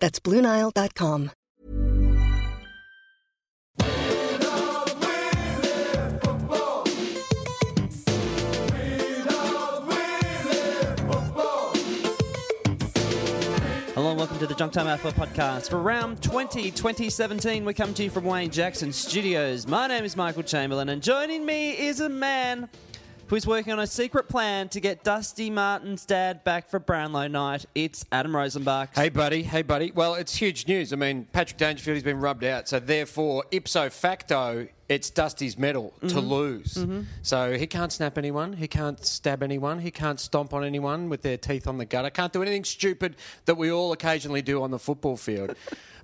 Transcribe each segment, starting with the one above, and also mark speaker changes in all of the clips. Speaker 1: That's BlueNile.com.
Speaker 2: Hello and welcome to the Junk Time Alpha podcast. For round 20, 2017, we come to you from Wayne Jackson Studios. My name is Michael Chamberlain, and joining me is a man who is working on a secret plan to get Dusty Martin's dad back for Brownlow night. It's Adam Rosenbach.
Speaker 3: Hey, buddy. Hey, buddy. Well, it's huge news. I mean, Patrick Dangerfield has been rubbed out, so therefore, ipso facto, it's Dusty's medal
Speaker 2: Mm-hmm.
Speaker 3: to lose. So he can't snap anyone. He can't stab anyone. He can't stomp on anyone with their teeth on the gutter. Can't do anything stupid that we all occasionally do on the football field.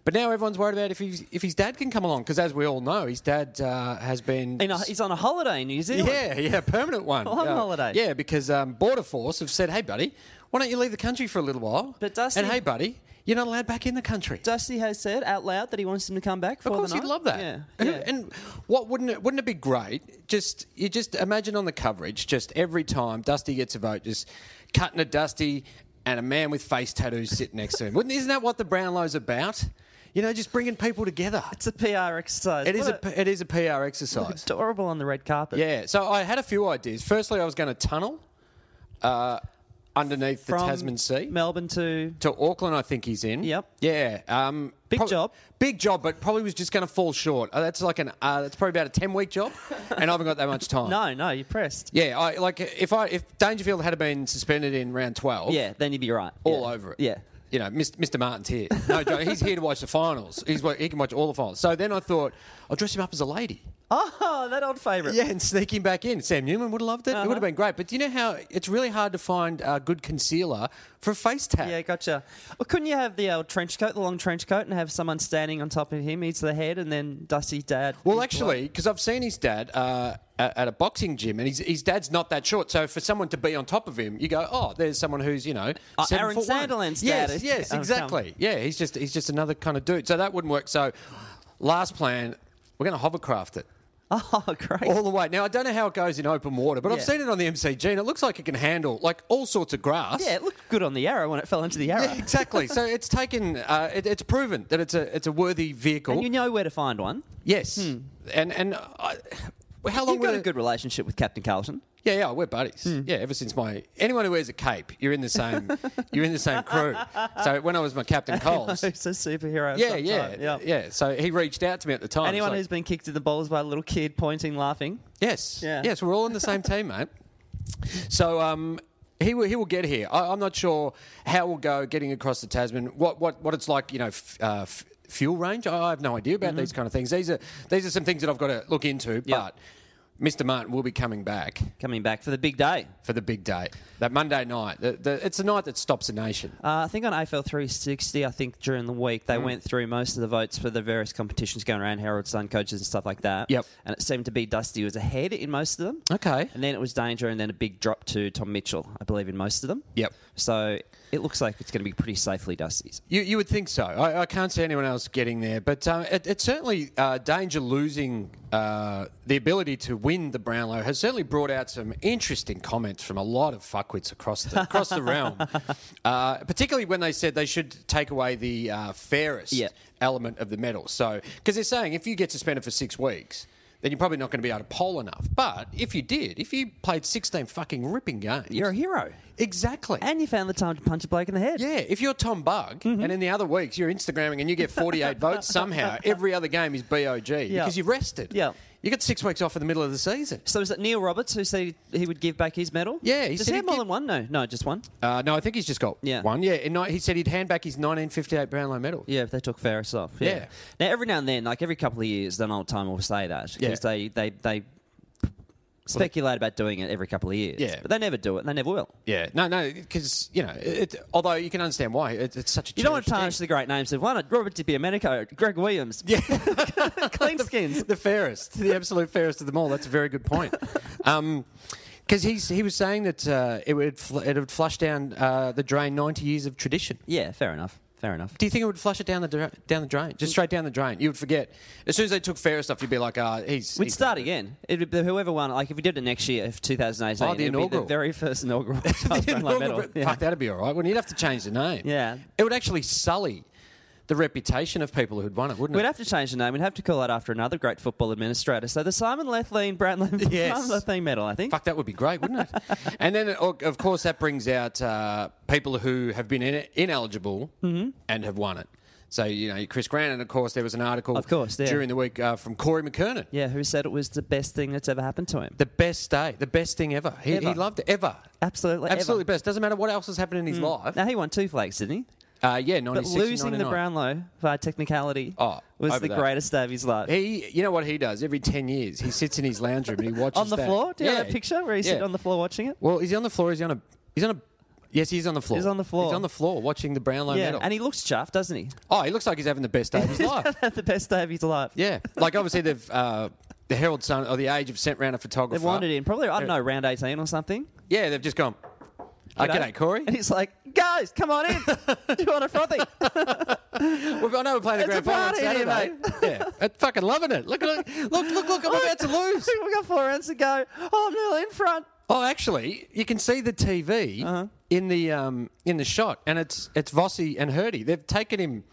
Speaker 3: But now everyone's worried about if, he's, if his dad can come along, because as we all know, his dad uh, has been
Speaker 2: You know, he's on a holiday in New Zealand.
Speaker 3: yeah, yeah, permanent one.
Speaker 2: Long
Speaker 3: yeah.
Speaker 2: holiday.
Speaker 3: Yeah, because um, Border Force have said, hey, buddy, why don't you leave the country for a little while?
Speaker 2: But Dusty-
Speaker 3: And hey, buddy, you're not allowed back in the country.
Speaker 2: Dusty has said out loud that he wants him to come back for
Speaker 3: of course,
Speaker 2: the night.
Speaker 3: he'd love that.
Speaker 2: Yeah.
Speaker 3: And,
Speaker 2: yeah.
Speaker 3: and what wouldn't it? Wouldn't it be great? Just you just imagine on the coverage, just every time Dusty gets a vote, just cutting a Dusty and a man with face tattoos sitting next to him. Wouldn't isn't that what the Brownlow's about? You know, just bringing people together.
Speaker 2: it's a PR exercise.
Speaker 3: It is
Speaker 2: What
Speaker 3: a, it is a PR exercise.
Speaker 2: adorable on the red carpet.
Speaker 3: Yeah, so I had a few ideas. Firstly, I was going to tunnel uh, underneath the
Speaker 2: From
Speaker 3: Tasman Sea
Speaker 2: Melbourne to
Speaker 3: to Auckland. I think he's in.
Speaker 2: Yep.
Speaker 3: Yeah. Um,
Speaker 2: Big job.
Speaker 3: Big job, but probably was just going to fall short. Uh, that's like an uh, that's probably about a ten week job, and I haven't got that much time.
Speaker 2: No, no, you're pressed.
Speaker 3: Yeah, I like if I if Dangerfield had been suspended in round twelve.
Speaker 2: Yeah, then you'd be right.
Speaker 3: All
Speaker 2: Yeah.
Speaker 3: over it.
Speaker 2: Yeah.
Speaker 3: You know, Mr. Mr. Martin's here. No, Joe, he's here to watch the finals. He's, wa- he can watch all the finals. So then I thought, I'll dress him up as a lady.
Speaker 2: Oh, that old favourite.
Speaker 3: Yeah, and sneaking back in. Sam Newman would have loved it.
Speaker 2: Uh-huh.
Speaker 3: It would have been great. But do you know how it's really hard to find a good concealer for a face tag?
Speaker 2: Yeah, gotcha. Well, couldn't you have the old trench coat, the long trench coat, and have someone standing on top of him, eats the head, and then Dusty Dad?
Speaker 3: well, actually, because I've seen his dad uh, at at a boxing gym, and his, his dad's not that short. So for someone to be on top of him, you go, oh, there's someone who's you know,
Speaker 2: Uh,
Speaker 3: seven
Speaker 2: Aaron
Speaker 3: foot one."
Speaker 2: Sandilands'
Speaker 3: Yes,
Speaker 2: dad is- Oh,
Speaker 3: yes,
Speaker 2: come.
Speaker 3: exactly. Yeah, he's just he's just another kind of dude. So that wouldn't work. So last plan, we're going to hovercraft it.
Speaker 2: Oh, great.
Speaker 3: All the way. Now I don't know how it goes in open water, but
Speaker 2: Yeah.
Speaker 3: I've seen it on the MCG, and it looks like it can handle like all sorts of grass.
Speaker 2: yeah, it looked good on the arrow when it fell into the arrow.
Speaker 3: Yeah, exactly. so it's taken. Uh, it, it's proven that it's a it's a worthy vehicle.
Speaker 2: And you know where to find one.
Speaker 3: yes. And and I, well, how long?
Speaker 2: You've got
Speaker 3: will
Speaker 2: a
Speaker 3: it-
Speaker 2: good Hmm. relationship with Captain Carlton.
Speaker 3: Yeah, yeah. We're buddies. Yeah. Ever since my anyone who wears a cape, you're in the same. you're in the same crew. So when I was my captain Coles.
Speaker 2: He's a superhero. of
Speaker 3: Yeah,
Speaker 2: some
Speaker 3: yeah,
Speaker 2: type.
Speaker 3: yeah, So he reached out to me at the time. He's
Speaker 2: Anyone
Speaker 3: like,
Speaker 2: who's been kicked in the balls by a little kid pointing, laughing.
Speaker 3: Yes.
Speaker 2: Yeah.
Speaker 3: Yes, we're all in the same team, mate. So um, he will he will get here. I, I'm not sure how we'll go getting across the Tasman. What what what it's like, you know. F- uh, f- Fuel range? I I have no idea about these kind of things. These are these are some things that I've got to look into.
Speaker 2: Mm-hmm. Yeah.
Speaker 3: But Mr. Martin will be coming back
Speaker 2: Coming back for the big day.
Speaker 3: for the big day, that Monday night. The, the, it's a night that stops a nation.
Speaker 2: Uh, I think on AFL 360, I think during the week,
Speaker 3: Mm.
Speaker 2: they went through most of the votes for the various competitions going around, Herald Sun coaches and stuff like that.
Speaker 3: Yep.
Speaker 2: And it seemed to be Dusty was ahead in most of them.
Speaker 3: Okay.
Speaker 2: And then it was Danger and then a big drop to Tom Mitchell, I believe, in most of them.
Speaker 3: Yep.
Speaker 2: So it looks like it's going to be pretty safely Dusty's.
Speaker 3: You, you would think so. I, I can't see anyone else getting there, but uh, it, it's certainly uh, danger losing uh, the ability to win the Brownlow has certainly brought out some interesting comments from a lot of fuckwits across the across the realm, uh, particularly when they said they should take away the uh, fairest
Speaker 2: Yeah.
Speaker 3: element of the medal. So because they're saying if you get suspended for six weeks. Then you're probably not going to be able to poll enough. But if you did, if you played 16 fucking ripping games,
Speaker 2: You're a hero.
Speaker 3: exactly.
Speaker 2: And you found the time to punch a bloke in the head.
Speaker 3: Yeah, if you're Tom Bug
Speaker 2: Mm-hmm.
Speaker 3: and in the other weeks you're Instagramming and you get 48 votes somehow, every other game is BOG because you've rested.
Speaker 2: Yeah.
Speaker 3: You got six weeks off in the middle of the season.
Speaker 2: So is it Neil Roberts who said he would give back his medal?
Speaker 3: Yeah, he
Speaker 2: Does
Speaker 3: said
Speaker 2: he have
Speaker 3: he'd
Speaker 2: more
Speaker 3: give-
Speaker 2: than one? No, no, just one.
Speaker 3: Uh, no, I think he's just got
Speaker 2: Yeah.
Speaker 3: one. Yeah, and he said he'd hand back his 1958 Brownlow medal.
Speaker 2: Yeah, if they took Ferris off. Yeah.
Speaker 3: Yeah.
Speaker 2: Now every now and then, like every couple of years, an old timer will say that because
Speaker 3: Yeah.
Speaker 2: they they they speculate about doing it every couple of years.
Speaker 3: Yeah.
Speaker 2: But they never do it and they never will.
Speaker 3: Yeah, no, no, because you know, it, although you can understand why it, it's such a
Speaker 2: You don't want to
Speaker 3: cherished
Speaker 2: tarnish the great names of one, Robert Di Domenico, Greg Williams. Yeah. Clean skins.
Speaker 3: thing. the fairest, the absolute fairest of them all. That's a very good point. Um, because he's he was saying that uh, it would fl- it would flush down uh, the drain ninety years of tradition.
Speaker 2: Yeah, fair enough. Fair enough.
Speaker 3: Do you think it would flush it down the dra- down the drain, just straight down the drain? You would forget as soon as they took fairest off. You'd be like, ah, he's.
Speaker 2: We'd
Speaker 3: he's-
Speaker 2: start again. It'd be whoever won. Like if we did it next year, if 2018,
Speaker 3: Oh, the
Speaker 2: it'd be the
Speaker 3: inaugural.
Speaker 2: very first inaugural Charles
Speaker 3: The
Speaker 2: Brownlow
Speaker 3: inaugural-
Speaker 2: medal. Yeah.
Speaker 3: Fuck, that'd be all right. Wouldn't you? you'd have to change the name?
Speaker 2: Yeah.
Speaker 3: it would actually sully the reputation of people who'd won it, wouldn't
Speaker 2: We'd
Speaker 3: it?
Speaker 2: have to change the name. We'd have to call it after another great football administrator. So the Simon Lethlean Brownlow
Speaker 3: Yes.
Speaker 2: Simon Lethlean medal, I think.
Speaker 3: Fuck, that would be great, wouldn't it? and then, o- of course, that brings out uh, people who have been in- ineligible
Speaker 2: Mm-hmm.
Speaker 3: and have won it. So, you know, Chris Grant, and of course, there was an article
Speaker 2: Of course, yeah.
Speaker 3: during the week uh, from Corey McKernan.
Speaker 2: Yeah, who said it was the best thing that's ever happened to him?
Speaker 3: The best day, the best thing ever. He,
Speaker 2: Ever.
Speaker 3: he loved it, ever.
Speaker 2: Absolutely, ever.
Speaker 3: Absolutely best. Doesn't matter what else has happened in his life.
Speaker 2: Now he won two flakes, didn't he?
Speaker 3: Uh, yeah, 96
Speaker 2: Hmm. But
Speaker 3: and
Speaker 2: losing the
Speaker 3: 99.
Speaker 2: Brownlow by technicality
Speaker 3: Oh,
Speaker 2: was
Speaker 3: over
Speaker 2: the
Speaker 3: that.
Speaker 2: greatest day of his life.
Speaker 3: He, you know what he does? Every 10 years, he sits in his lounge room and he watches
Speaker 2: on the
Speaker 3: that.
Speaker 2: floor? Do you have that picture where he's
Speaker 3: Yeah.
Speaker 2: sitting on the floor watching it?
Speaker 3: Well, is he on the floor? Is he on a? He's on a. Yes, he's on the floor.
Speaker 2: He's on the floor.
Speaker 3: He's on the floor watching the Brownlow
Speaker 2: yeah,
Speaker 3: medal.
Speaker 2: and he looks chuffed, doesn't he?
Speaker 3: oh, he looks like he's having the best day of his life.
Speaker 2: the best day of his life.
Speaker 3: Yeah, like obviously they've uh, the Herald Sun or the Age have sent round a photographer.
Speaker 2: They've wanted in probably I don't know round eighteen or something.
Speaker 3: Yeah, they've just gone.
Speaker 2: you
Speaker 3: Okay,
Speaker 2: know?
Speaker 3: Uh, g'day, Corey.
Speaker 2: And he's like, guys, come on in. Do you want a frothy?
Speaker 3: Well, I know we're playing the
Speaker 2: It's a
Speaker 3: grand final on
Speaker 2: party in here,
Speaker 3: Saturday. yeah, I'm fucking loving it. Look, look, look, look, look. I'm about to lose.
Speaker 2: we got four rounds to go. Oh, I'm nearly in front.
Speaker 3: Oh, actually, you can see the TV
Speaker 2: Uh-huh.
Speaker 3: in the um, in the shot, and it's it's Vossi and Hurdy. They've taken him,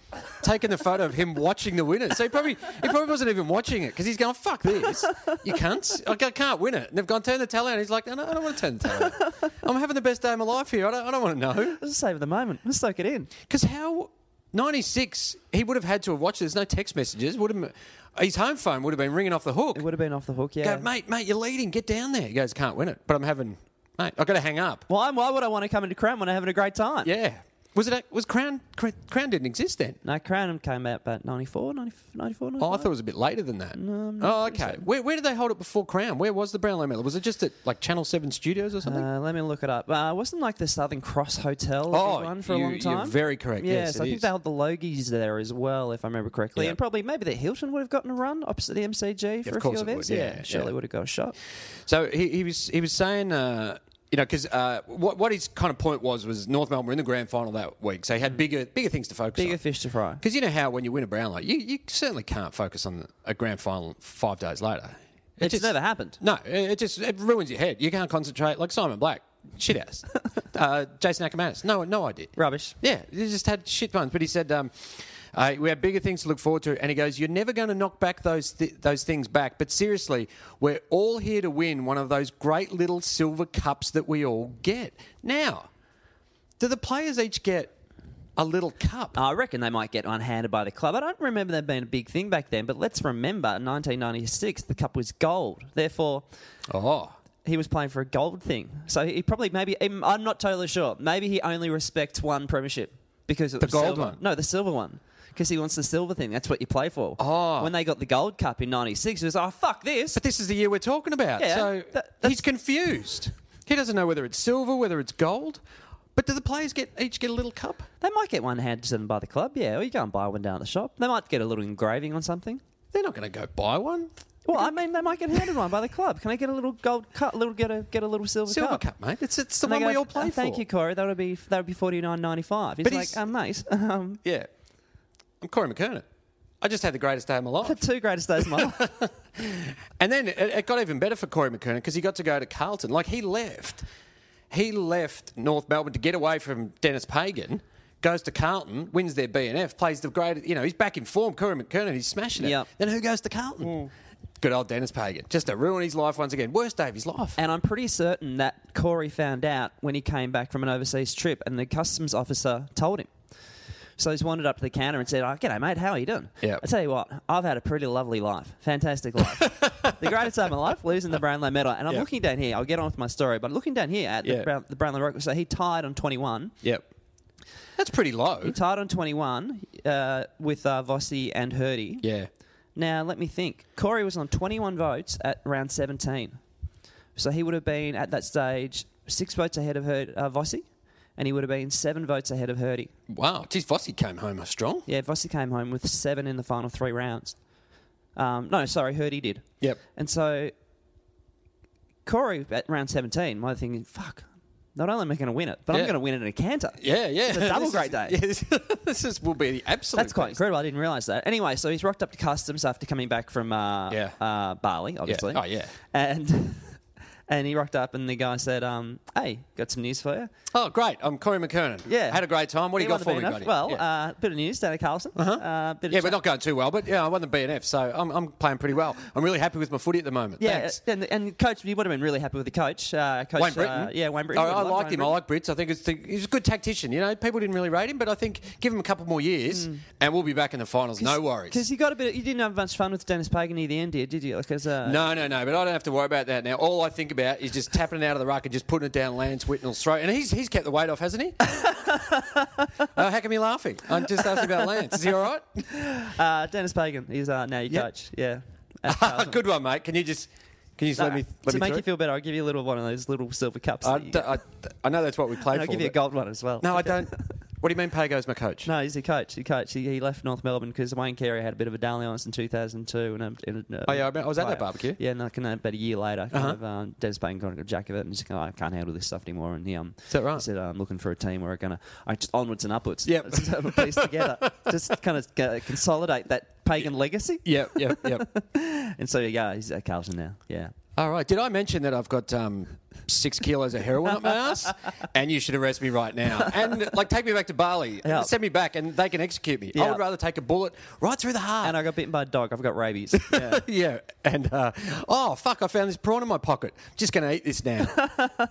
Speaker 3: taken the photo of him watching the winners. So he probably he probably wasn't even watching it because he's going, "Fuck this, you cunts! I ca- can't win it." And they've gone, "Turn the telly on." He's like, "No, no, I don't want to turn the telly on. I'm having the best day of my life here. I don't, I don't want to know."
Speaker 2: Let's savor the moment. Let's soak it in.
Speaker 3: Because how ninety six he would have had to have watched. it. There's no text messages. Would have his home phone would have been ringing off the hook.
Speaker 2: It would have been off the hook, yeah.
Speaker 3: Go, mate, mate, you're leading. Get down there. He goes, "Can't win it, but I'm having." Mate, I've got to hang up.
Speaker 2: Why, why would I want to come into Crown when I'm having a great time?
Speaker 3: Yeah. Was it? A, was Crown, Crown? Crown didn't exist then.
Speaker 2: No, Crown came out about 94, 94,
Speaker 3: Oh, I thought it was a bit later than that. oh, okay. Where, where did they hold it before Crown? Where was the Brownlow Medal? Was it just at like Channel Seven Studios or something?
Speaker 2: Uh, let me look it up. Uh, wasn't like the Southern Cross Hotel a
Speaker 3: Oh,
Speaker 2: big one for
Speaker 3: you-
Speaker 2: a long
Speaker 3: you're
Speaker 2: time?
Speaker 3: very correct.
Speaker 2: Yeah,
Speaker 3: Yes,
Speaker 2: so
Speaker 3: it
Speaker 2: I think
Speaker 3: is.
Speaker 2: they held the Logies there as well, if I remember correctly,
Speaker 3: Yeah.
Speaker 2: and probably maybe the Hilton would have gotten a run opposite the MCG for
Speaker 3: of
Speaker 2: a few
Speaker 3: course it would,
Speaker 2: events.
Speaker 3: yeah, yeah.
Speaker 2: surely would have got a shot.
Speaker 3: so he, he was he was saying. Uh, you know, because uh, what, what his kind of point was was North Melbourne were in the grand final that week, so he had bigger bigger things to focus
Speaker 2: Mm. Bigger
Speaker 3: on.
Speaker 2: fish to fry.
Speaker 3: Because you know how when you win a Brownlow, you, you certainly can't focus on a grand final five days later. It
Speaker 2: It's never happened.
Speaker 3: No, it it just it ruins your head. You can't concentrate. Like Simon Black, shit ass. uh, Jason Ackermanis, no, no idea.
Speaker 2: Rubbish.
Speaker 3: Yeah, he just had shit puns. But he said, um, uh, "We have bigger things to look forward to." And he goes, "You're never going to knock back those th- those things back." But seriously, we're all here to win one of those great little silver cups that we all get. Now, do the players each get a little cup?
Speaker 2: I reckon they might get unhanded by the club. I don't remember that being a big thing back then, but let's remember 1996, the cup was gold. Therefore,
Speaker 3: oh,
Speaker 2: he was playing for a gold thing. So he probably, maybe, I'm I'm not totally sure. Maybe he only respects one premiership because it the was
Speaker 3: gold
Speaker 2: silver.
Speaker 3: one?
Speaker 2: No, the silver one. Because he wants the silver thing. That's what you play for.
Speaker 3: Oh.
Speaker 2: When they got the gold cup in 96, it was, oh, fuck this.
Speaker 3: but this is the year we're talking about.
Speaker 2: Yeah,
Speaker 3: so
Speaker 2: that- that's-
Speaker 3: he's confused. He doesn't know whether it's silver, whether it's gold. But do the players get each get a little cup?
Speaker 2: They might get one handed to them by the club, yeah, or you go and buy one down at the shop. They might get a little engraving on something.
Speaker 3: They're not going to go buy one.
Speaker 2: Well, I mean, they might get handed one by the club. Can I get a little gold cup? Little get a get a little silver,
Speaker 3: Silver cup, mate. It's it's the
Speaker 2: And they
Speaker 3: one
Speaker 2: go,
Speaker 3: we all play
Speaker 2: "Oh,
Speaker 3: for.
Speaker 2: Thank you, Corey. That would be that would be forty nine ninety five. He's
Speaker 3: But
Speaker 2: like,
Speaker 3: he's-
Speaker 2: um, mate, um,
Speaker 3: Yeah. I'm Corey McKernan. I just had the greatest day of my
Speaker 2: the
Speaker 3: life.
Speaker 2: two greatest days of my life.
Speaker 3: And then it, it got even better for Corey McKernan because he got to go to Carlton. Like, he left. He left North Melbourne to get away from Dennis Pagan, goes to Carlton, wins their BNF, plays the great, you know, he's back in form. Corey McKernan, he's smashing it.
Speaker 2: Yep. Mm.
Speaker 3: Then who goes to Carlton? Good old Dennis Pagan. Just to ruin his life once again. Worst day of his life.
Speaker 2: And I'm pretty certain that Corey found out when he came back from an overseas trip, and the customs officer told him. So he's wandered up to the counter and said, oh, "G'day, mate. How are you doing?"
Speaker 3: Yep.
Speaker 2: I tell you what, I've had a pretty lovely life, fantastic life. the greatest day of my life, losing the Brownlow medal. And I'm
Speaker 3: Yep.
Speaker 2: looking down here. I'll get on with my story, but looking down here at the,
Speaker 3: Yeah.
Speaker 2: Brown, the Brownlow record. So he tied on 21.
Speaker 3: Yep. That's pretty low.
Speaker 2: He tied on 21 uh, with uh, Vossi and Hurdy.
Speaker 3: Yeah.
Speaker 2: Now, let me think. Corey was on 21 votes at round 17. So he would have been at that stage six votes ahead of her, uh, Vossi, and he would have been seven votes ahead of Hurdy.
Speaker 3: Wow. Geez, Vossi came home strong.
Speaker 2: Yeah, Vossi came home with seven in the final three rounds. Um, no, sorry, Hurdy did.
Speaker 3: Yep.
Speaker 2: And so Corey at round 17, my thing is, fuck, not only am I going to win it, but I'm
Speaker 3: Yeah.
Speaker 2: going to win it in a canter.
Speaker 3: Yeah, yeah.
Speaker 2: It's a double
Speaker 3: This
Speaker 2: great
Speaker 3: is-
Speaker 2: day.
Speaker 3: yeah, this, this is, will be the absolute.
Speaker 2: That's quite
Speaker 3: best.
Speaker 2: incredible. I didn't realise that. Anyway, so he's rocked up to customs after coming back from uh,
Speaker 3: Yeah.
Speaker 2: uh, Bali, obviously.
Speaker 3: Oh, yeah.
Speaker 2: And and he rocked up, and the guy said, um, "Hey, got some news for you."
Speaker 3: Oh, great. I'm Corey McKernan.
Speaker 2: Yeah,
Speaker 3: Had a great time. What do
Speaker 2: He
Speaker 3: you got
Speaker 2: won the
Speaker 3: for me,
Speaker 2: BNF.
Speaker 3: buddy?
Speaker 2: Well,
Speaker 3: yeah.
Speaker 2: uh, bit of news, Danny Carlson. Uh-huh. Uh, bit of
Speaker 3: yeah,
Speaker 2: chat.
Speaker 3: we're not going too well, but yeah, I won the BNF, so I'm, I'm playing pretty well. I'm really happy with my footy at the moment.
Speaker 2: Yeah, uh,
Speaker 3: Thanks.
Speaker 2: and, and coach, you would have been really happy with the coach. Uh, coach
Speaker 3: Wayne
Speaker 2: Uh,
Speaker 3: Britton.
Speaker 2: yeah, Wayne Britton.
Speaker 3: I,
Speaker 2: Would've
Speaker 3: I
Speaker 2: loved
Speaker 3: liked
Speaker 2: Wayne
Speaker 3: him. I
Speaker 2: Britton.
Speaker 3: like Brits. I think it's the, he's a good tactician. You know, people didn't really rate him, but I think give him a couple more years
Speaker 2: Hmm.
Speaker 3: and we'll be back in the finals. No worries.
Speaker 2: Because you got a bit. you didn't have much fun with Dennis Pagan near the end, here, did you? Because uh,
Speaker 3: No, no, no. But I don't have to worry about that now. All I think about is just tapping it out of the ruck and just putting it down Lance Whitnell's throat. And he's he's kept the weight off, hasn't he? oh, how come you're laughing? I'm just asking about Lance. Is he all right?
Speaker 2: uh, Dennis Pagan is uh, now your
Speaker 3: Yep.
Speaker 2: coach. Yeah. At Carlton.
Speaker 3: Good one, mate. Can you just can you just let me let
Speaker 2: to
Speaker 3: me
Speaker 2: make
Speaker 3: through
Speaker 2: you
Speaker 3: it?
Speaker 2: feel better, I'll give you a little one of those little silver cups.
Speaker 3: I,
Speaker 2: that you
Speaker 3: d-
Speaker 2: get.
Speaker 3: I- I know that's what we played
Speaker 2: and I'll
Speaker 3: for.
Speaker 2: give you a
Speaker 3: but-
Speaker 2: gold one as well.
Speaker 3: No, I don't. What do you mean Pago's my coach?
Speaker 2: No, he's a coach. He coach. He, he left North Melbourne because Wayne Carey had a bit of a dalliance in 2002. And, um, and, uh,
Speaker 3: Oh, yeah, I remember- I was at that
Speaker 2: player.
Speaker 3: barbecue. Uh-huh.
Speaker 2: Yeah, and like, and, uh, about a year later, kind of, um, Dennis Payne kind of got jack of it and just go, I can't handle this stuff anymore. And he, um,
Speaker 3: Is that right?
Speaker 2: he said, I'm looking for a team where I'm going to, I just onwards and upwards.
Speaker 3: Yep.
Speaker 2: Just have a piece together. Just kind of uh, consolidate that pagan legacy.
Speaker 3: Yep, yep, yep.
Speaker 2: And so, yeah, he's at Carlton now. Yeah.
Speaker 3: All right. Did I mention that I've got um, six kilos of heroin up my ass? And you should arrest me right now. And like, take me back to Bali.
Speaker 2: Yeah.
Speaker 3: Send me back, and they can execute me.
Speaker 2: Yeah.
Speaker 3: I would rather take a bullet right through the heart.
Speaker 2: And I got bitten by a dog. I've got rabies. Yeah.
Speaker 3: yeah, and uh, oh fuck, I found this prawn in my pocket. Just going to eat this now,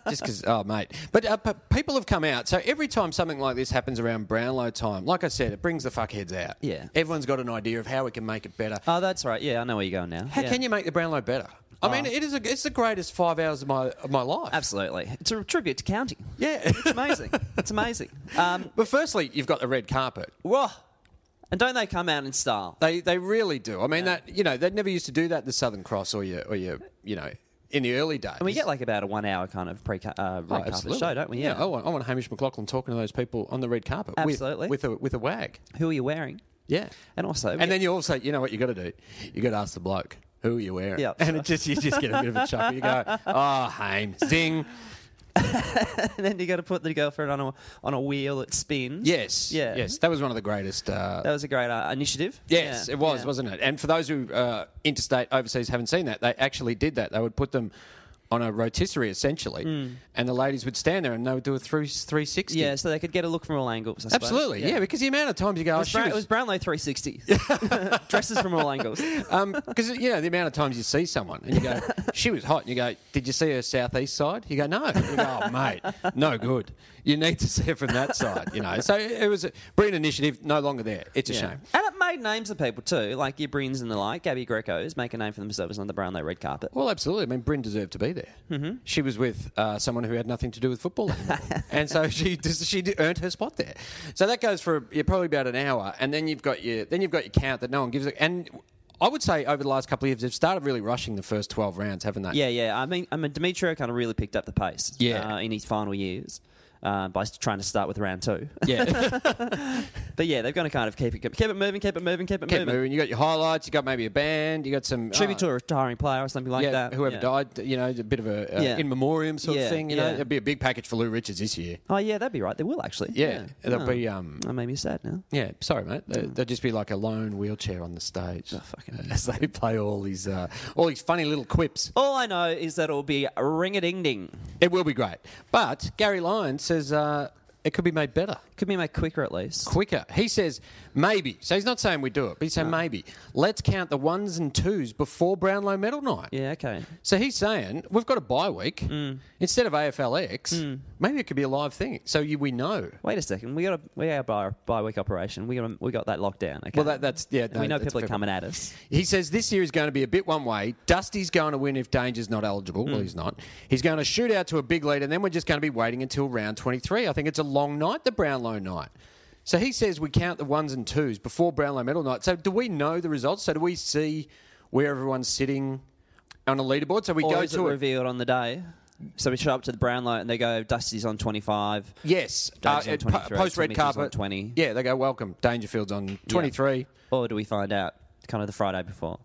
Speaker 3: just because. Oh mate, but uh, p- people have come out. So every time something like this happens around Brownlow time, like I said, it brings the fuckheads out.
Speaker 2: Yeah.
Speaker 3: everyone's got an idea of how we can make it better.
Speaker 2: oh, that's right. Yeah, Oh. I know where you're going now.
Speaker 3: how can you make the Brownlow better? I mean, it is a, it's the greatest five hours of my of my life.
Speaker 2: Absolutely. It's a tribute to county.
Speaker 3: Yeah.
Speaker 2: It's amazing. it's amazing. Um,
Speaker 3: But firstly, you've got the red carpet.
Speaker 2: whoa. And don't they come out in style?
Speaker 3: They they really do. I mean that you know they never used to do that in the Southern Cross or your or your you know in the early days.
Speaker 2: And we get like about a one hour kind of pre uh, red
Speaker 3: Oh,
Speaker 2: carpet
Speaker 3: absolutely. Oh,
Speaker 2: show, don't we? Yeah.
Speaker 3: I, want, I want Hamish McLaughlin talking to those people on the red carpet. with-
Speaker 2: Absolutely.
Speaker 3: With, a with a wag.
Speaker 2: Who are you wearing?
Speaker 3: Yeah.
Speaker 2: And also,
Speaker 3: And then you also, you know what you got to do? You got to ask the bloke, who are you wearing?
Speaker 2: Yeah.
Speaker 3: And it just you just get a bit of a chuckle. You go, oh, Ham, zing.
Speaker 2: and then you got to put the girlfriend on a on a wheel that spins.
Speaker 3: Yes.
Speaker 2: Yeah.
Speaker 3: Yes. That was one of the greatest. Uh,
Speaker 2: That was a great uh, initiative.
Speaker 3: Yes,
Speaker 2: Yeah.
Speaker 3: it was,
Speaker 2: Yeah.
Speaker 3: wasn't it? And for those who uh, interstate overseas haven't seen that, they actually did that. They would put them on a rotisserie essentially,
Speaker 2: Hmm.
Speaker 3: and the ladies would stand there and they would do a three three sixty.
Speaker 2: Yeah, so they could get a look from all angles. I suppose.
Speaker 3: absolutely. Yeah. because the amount of times you go,
Speaker 2: It
Speaker 3: oh,
Speaker 2: was,
Speaker 3: she
Speaker 2: Brown, it was
Speaker 3: was-
Speaker 2: Brownlow 360. Dresses from all angles.
Speaker 3: because Um, you know the amount of times you see someone and you go, "She was hot," and you go, "Did you see her southeast side?" You go, "No." You go, "Oh, mate, no good. You need to see her from that side." You know, so it was a brilliant initiative. No longer there. It's a shame.
Speaker 2: And it made names of people too, like your Brins and the like. Gabby Greco's make a name for themselves on the Brownlow red carpet.
Speaker 3: Well, absolutely. I mean, Bryn deserved to be there. Mm-hmm. She was with uh, someone who had nothing to do with football, anymore. and so she just, she did- earned her spot there. So that goes for yeah, probably about an hour, and then you've got your then you've got your count that no one gives. A, and I would say over the last couple of years, they've started really rushing the first twelve rounds, haven't they?
Speaker 2: Yeah, yeah. I mean, I mean, Demetrio kind of really picked up the pace.
Speaker 3: Yeah.
Speaker 2: Uh, in his final years. Uh, by s- trying to start with round two,
Speaker 3: Yeah.
Speaker 2: but yeah, they've got to kind of keep it keep it moving, keep it moving, keep it
Speaker 3: keep
Speaker 2: moving.
Speaker 3: moving. You got your highlights. You got maybe a band. You got some
Speaker 2: Tribute
Speaker 3: uh,
Speaker 2: to a retiring player or something like
Speaker 3: yeah,
Speaker 2: that.
Speaker 3: whoever
Speaker 2: Yeah.
Speaker 3: died. You know, a bit of a uh,
Speaker 2: Yeah.
Speaker 3: in memoriam sort
Speaker 2: Yeah,
Speaker 3: of thing. You know,
Speaker 2: yeah.
Speaker 3: it'd be a big package for Lou Richards this year.
Speaker 2: Oh yeah, that'd be right. They will actually.
Speaker 3: Yeah, it'll
Speaker 2: Oh.
Speaker 3: be. Um,
Speaker 2: That made me sad now.
Speaker 3: yeah, sorry, mate. They- They'll just be like a lone wheelchair on the stage
Speaker 2: Mm. Oh, fucking-
Speaker 3: as they play all these uh, all these funny little quips.
Speaker 2: All I know is that it'll be ring a ding ding.
Speaker 3: It will be great. But Gary Lyons says uh, it could be made better.
Speaker 2: Could be made quicker at least.
Speaker 3: quicker. He says maybe. So he's not saying we do it, but he's saying maybe. Let's count the ones and twos before Brownlow medal night.
Speaker 2: Yeah. Okay.
Speaker 3: So he's saying we've got a bye week.
Speaker 2: Mm.
Speaker 3: Instead of AFLX, maybe it could be a live thing. So you, we know.
Speaker 2: Wait a second. We got a we got a bi- bi week operation. We got a, we got that locked down. Okay.
Speaker 3: Well, that, that's yeah.
Speaker 2: we know
Speaker 3: that's
Speaker 2: people
Speaker 3: a
Speaker 2: are
Speaker 3: fair
Speaker 2: coming at us.
Speaker 3: He says this year is going to be a bit one way. Dusty's going to win if Danger's not eligible.
Speaker 2: Mm.
Speaker 3: Well, he's not. He's going to shoot out to a big lead, and then we're just going to be waiting until round 23. I think it's a long night, the Brownlow night. So he says we count the ones and twos before Brownlow medal night. So do we know the results? So do we see where everyone's sitting? on a leaderboard. So we
Speaker 2: Or
Speaker 3: go
Speaker 2: is it
Speaker 3: to it.
Speaker 2: revealed on the day? So we show up to the brown light and they go, Dusty's on 25.
Speaker 3: Yes, Uh,
Speaker 2: Dave's on
Speaker 3: it-
Speaker 2: 23,
Speaker 3: post red
Speaker 2: Tommy's on
Speaker 3: carpet
Speaker 2: 20.
Speaker 3: Yeah, they go welcome. Dangerfield's on twenty three. Yeah.
Speaker 2: Or do we find out kind of the Friday before?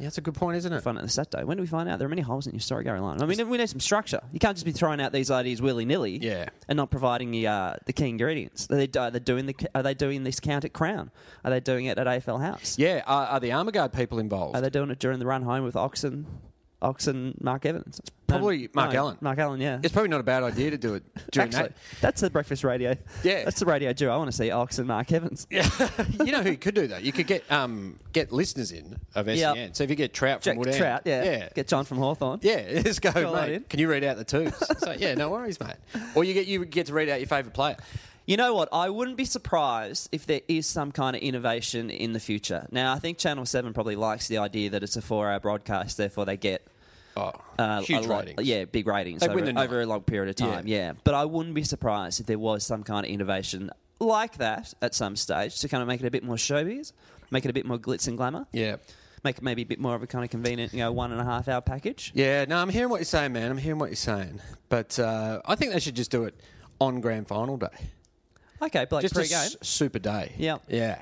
Speaker 3: that's a good point, isn't it?
Speaker 2: Find out the Saturday. When do we find out? There are many holes in your story, Gary Lyon. I mean, we need some structure. You can't just be throwing out these ideas willy nilly.
Speaker 3: Yeah.
Speaker 2: And not providing the uh, the key ingredients. Are they, are they doing the Are they doing this count at Crown? Are they doing it at AFL House?
Speaker 3: Yeah, are, are the Armaguard people involved?
Speaker 2: Are they doing it during the run home with Oxen, Oxen, Mark Evans? Um,
Speaker 3: probably Mark Allen.
Speaker 2: Mark Allen, yeah.
Speaker 3: it's probably not a bad idea to do it during
Speaker 2: Actually, that's the breakfast radio.
Speaker 3: Yeah.
Speaker 2: that's the radio duo. I want to see Ox and Mark Evans. Yeah,
Speaker 3: that. you know who could do that? You could get um, get listeners in of SEN.
Speaker 2: Yeah.
Speaker 3: So if you get Trout from
Speaker 2: Jack
Speaker 3: Woodend,
Speaker 2: Trout. Yeah.
Speaker 3: yeah,
Speaker 2: get John from Hawthorn.
Speaker 3: yeah, just go,
Speaker 2: Call that
Speaker 3: mate.
Speaker 2: in.
Speaker 3: Can you read out the twos? so, yeah, no worries, mate. Or you get you get to read out your favourite player.
Speaker 2: You know what? I wouldn't be surprised if there is some kind of innovation in the future. Now, I think Channel Seven probably likes the idea that it's a four-hour broadcast, therefore they get
Speaker 3: Oh,
Speaker 2: uh,
Speaker 3: huge
Speaker 2: a lot-
Speaker 3: ratings.
Speaker 2: Yeah, big ratings
Speaker 3: They
Speaker 2: over,
Speaker 3: win the night.
Speaker 2: over a long period of time. Yeah. but I wouldn't be surprised if there was some kind of innovation like that at some stage to kind of make it a bit more showbiz, make it a bit more glitz and glamour.
Speaker 3: yeah.
Speaker 2: Make it maybe a bit more of a kind of convenient, you know, one and a half hour package.
Speaker 3: Yeah, no, I'm hearing what you're saying, man. I'm hearing what you're saying. But uh, I think they should just do it on grand final day.
Speaker 2: Okay, but like
Speaker 3: Just a
Speaker 2: pre-game.
Speaker 3: s- super day.
Speaker 2: Yeah.
Speaker 3: Yeah.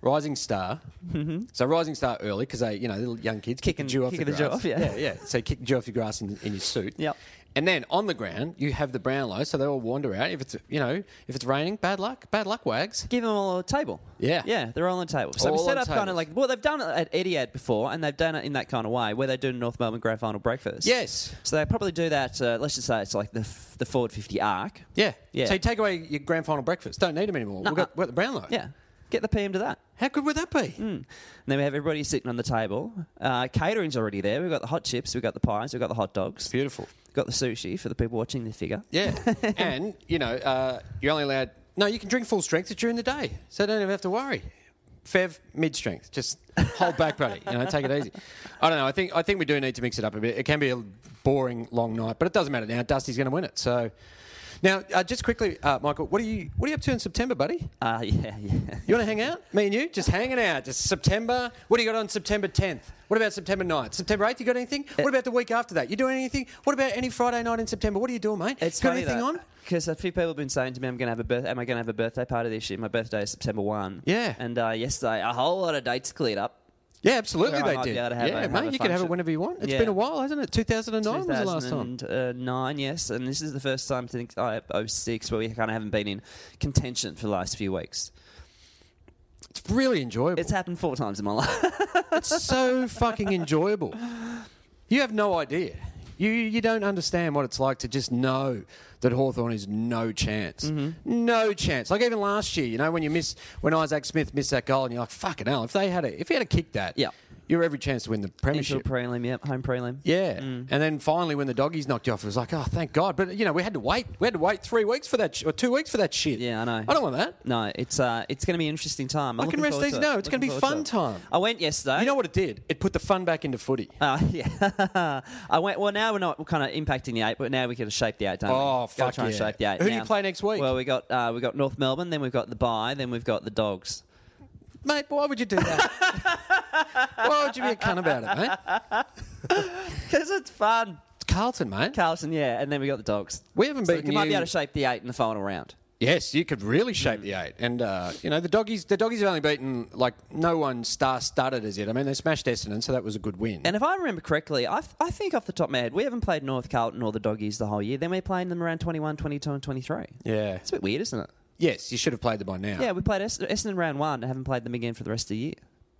Speaker 3: Rising Star. Mm-hmm. So Rising Star early because they, you know, little young kids
Speaker 2: Kicking-
Speaker 3: kicking dew off
Speaker 2: kicking
Speaker 3: your
Speaker 2: the dew
Speaker 3: grass.
Speaker 2: off, yeah.
Speaker 3: yeah, yeah. So kick dew off your grass in, in your suit.
Speaker 2: Yep.
Speaker 3: And then on the ground you have the Brownlow, so they all wander out. If it's you know if it's raining, bad luck, bad luck, wags.
Speaker 2: Give them all a table.
Speaker 3: Yeah.
Speaker 2: Yeah, they're all on a table. So we
Speaker 3: All
Speaker 2: set
Speaker 3: on
Speaker 2: up kind of
Speaker 3: tables.
Speaker 2: like, well, they've done it at Etihad before, and they've done it in that kind of way where they do North Melbourne Grand Final breakfast.
Speaker 3: Yes.
Speaker 2: So they probably do that, uh, let's just say it's like the, f- the Ford 50 arc.
Speaker 3: Yeah.
Speaker 2: Yeah.
Speaker 3: So you take away your grand final breakfast. Don't need them anymore. We've got, we've got the Brownlow.
Speaker 2: Yeah. Mm. Get the PM to that.
Speaker 3: How good would that be?
Speaker 2: And then we have everybody sitting on the table. Uh, catering's already there. We've got the hot chips, we've got the pies, we've got the hot dogs, we've
Speaker 3: Beautiful.
Speaker 2: got the sushi for the people watching the figure.
Speaker 3: Yeah, and you know uh, you're only allowed. No, you can drink full strength during the day, so don't even have to worry. Fev mid strength, just hold back, buddy. You know, take it easy. I don't know. I think I think we do need to mix it up a bit. It can be a boring long night, but it doesn't matter now. Dusty's going to win it. So now, uh, just quickly, uh, Michael, what are you what are you up to in September, buddy?
Speaker 2: Uh, yeah, yeah.
Speaker 3: You want to hang out? Me and you, just hanging out. Just September. What do you got on September 10th? What about September 9th? September 8th? You got anything?
Speaker 2: Uh,
Speaker 3: What about the week after that? You doing anything? What about any Friday night in September? What are you doing, mate?
Speaker 2: It's
Speaker 3: got
Speaker 2: funny
Speaker 3: anything on?
Speaker 2: Because a few people have been saying to me, "I'm going to have a birth- am I going to have a birthday party this year?" My birthday is September one.
Speaker 3: Yeah.
Speaker 2: and uh, yesterday a whole lot of dates cleared up.
Speaker 3: Yeah, absolutely
Speaker 2: Where I
Speaker 3: they
Speaker 2: might be
Speaker 3: did.
Speaker 2: able to have
Speaker 3: yeah,
Speaker 2: a- have
Speaker 3: mate,
Speaker 2: a
Speaker 3: you can have
Speaker 2: function.
Speaker 3: it whenever you want. It's
Speaker 2: Yeah.
Speaker 3: been a while, hasn't it? 2009 was the last time.
Speaker 2: 2009, yes, and this is the first time since I 06 where we kind of haven't been in contention for the last few weeks.
Speaker 3: It's really enjoyable.
Speaker 2: It's
Speaker 3: It's,
Speaker 2: happened four times in my life.
Speaker 3: so fucking enjoyable. You have no idea. You you don't understand what it's like to just know that Hawthorn is no chance.
Speaker 2: Mm-hmm.
Speaker 3: No chance. Like even last year, you know, when you miss when Isaac Smith missed that goal and you're like, fucking hell, if they had a if he had a kick that,
Speaker 2: Yeah.
Speaker 3: you're every chance to win the
Speaker 2: Initial
Speaker 3: premiership.
Speaker 2: prelim, yep, home prelim.
Speaker 3: Yeah.
Speaker 2: Mm.
Speaker 3: And then finally, when the doggies knocked you off, it was like, oh, thank God. But, you know, we had to wait. We had to wait three weeks for that, sh- or two weeks for that shit.
Speaker 2: Yeah, I know.
Speaker 3: I don't want that.
Speaker 2: No, it's uh, it's going to be an interesting time. I'm
Speaker 3: I can
Speaker 2: looking
Speaker 3: rest
Speaker 2: forward to it.
Speaker 3: easy. No, it's gonna
Speaker 2: Looking
Speaker 3: be
Speaker 2: forward
Speaker 3: fun
Speaker 2: to it.
Speaker 3: time.
Speaker 2: I went yesterday.
Speaker 3: You know what it did? It put the fun back into footy.
Speaker 2: Uh, yeah. I went. Well, now we're not kind of impacting the eight, but now we can shape the eight. Don't we?
Speaker 3: Oh,
Speaker 2: Gotta
Speaker 3: fuck
Speaker 2: try and
Speaker 3: yeah.
Speaker 2: shape the eight.
Speaker 3: Who do
Speaker 2: now.
Speaker 3: you play next week?
Speaker 2: Well, we got uh, we got North Melbourne, then we've got the bye, then we've got the Dogs.
Speaker 3: Mate, why would you do that? why would you be a cunt about it, mate?
Speaker 2: Because it's fun,
Speaker 3: It's Carlton, mate.
Speaker 2: Carlson. Yeah, and then we got the Dogs.
Speaker 3: We haven't
Speaker 2: So
Speaker 3: beaten
Speaker 2: you might
Speaker 3: you-
Speaker 2: be able to shape the eight in the final round.
Speaker 3: yes, you could really
Speaker 2: Mm.
Speaker 3: shape the eight. And, uh, you know, the doggies the doggies have only beaten, like, no one star studded as yet. I mean, they smashed Essendon, so that was a good win.
Speaker 2: And if I remember correctly, I, th- I think off the top of my head, we haven't played North Carlton or the Doggies the whole year. Then we're playing them around 21, 22, and 23.
Speaker 3: yeah.
Speaker 2: It's a bit weird, isn't it?
Speaker 3: Yes, you should have played them by now.
Speaker 2: Yeah, we played Ess- Essendon round one and haven't played them again for the rest of the year.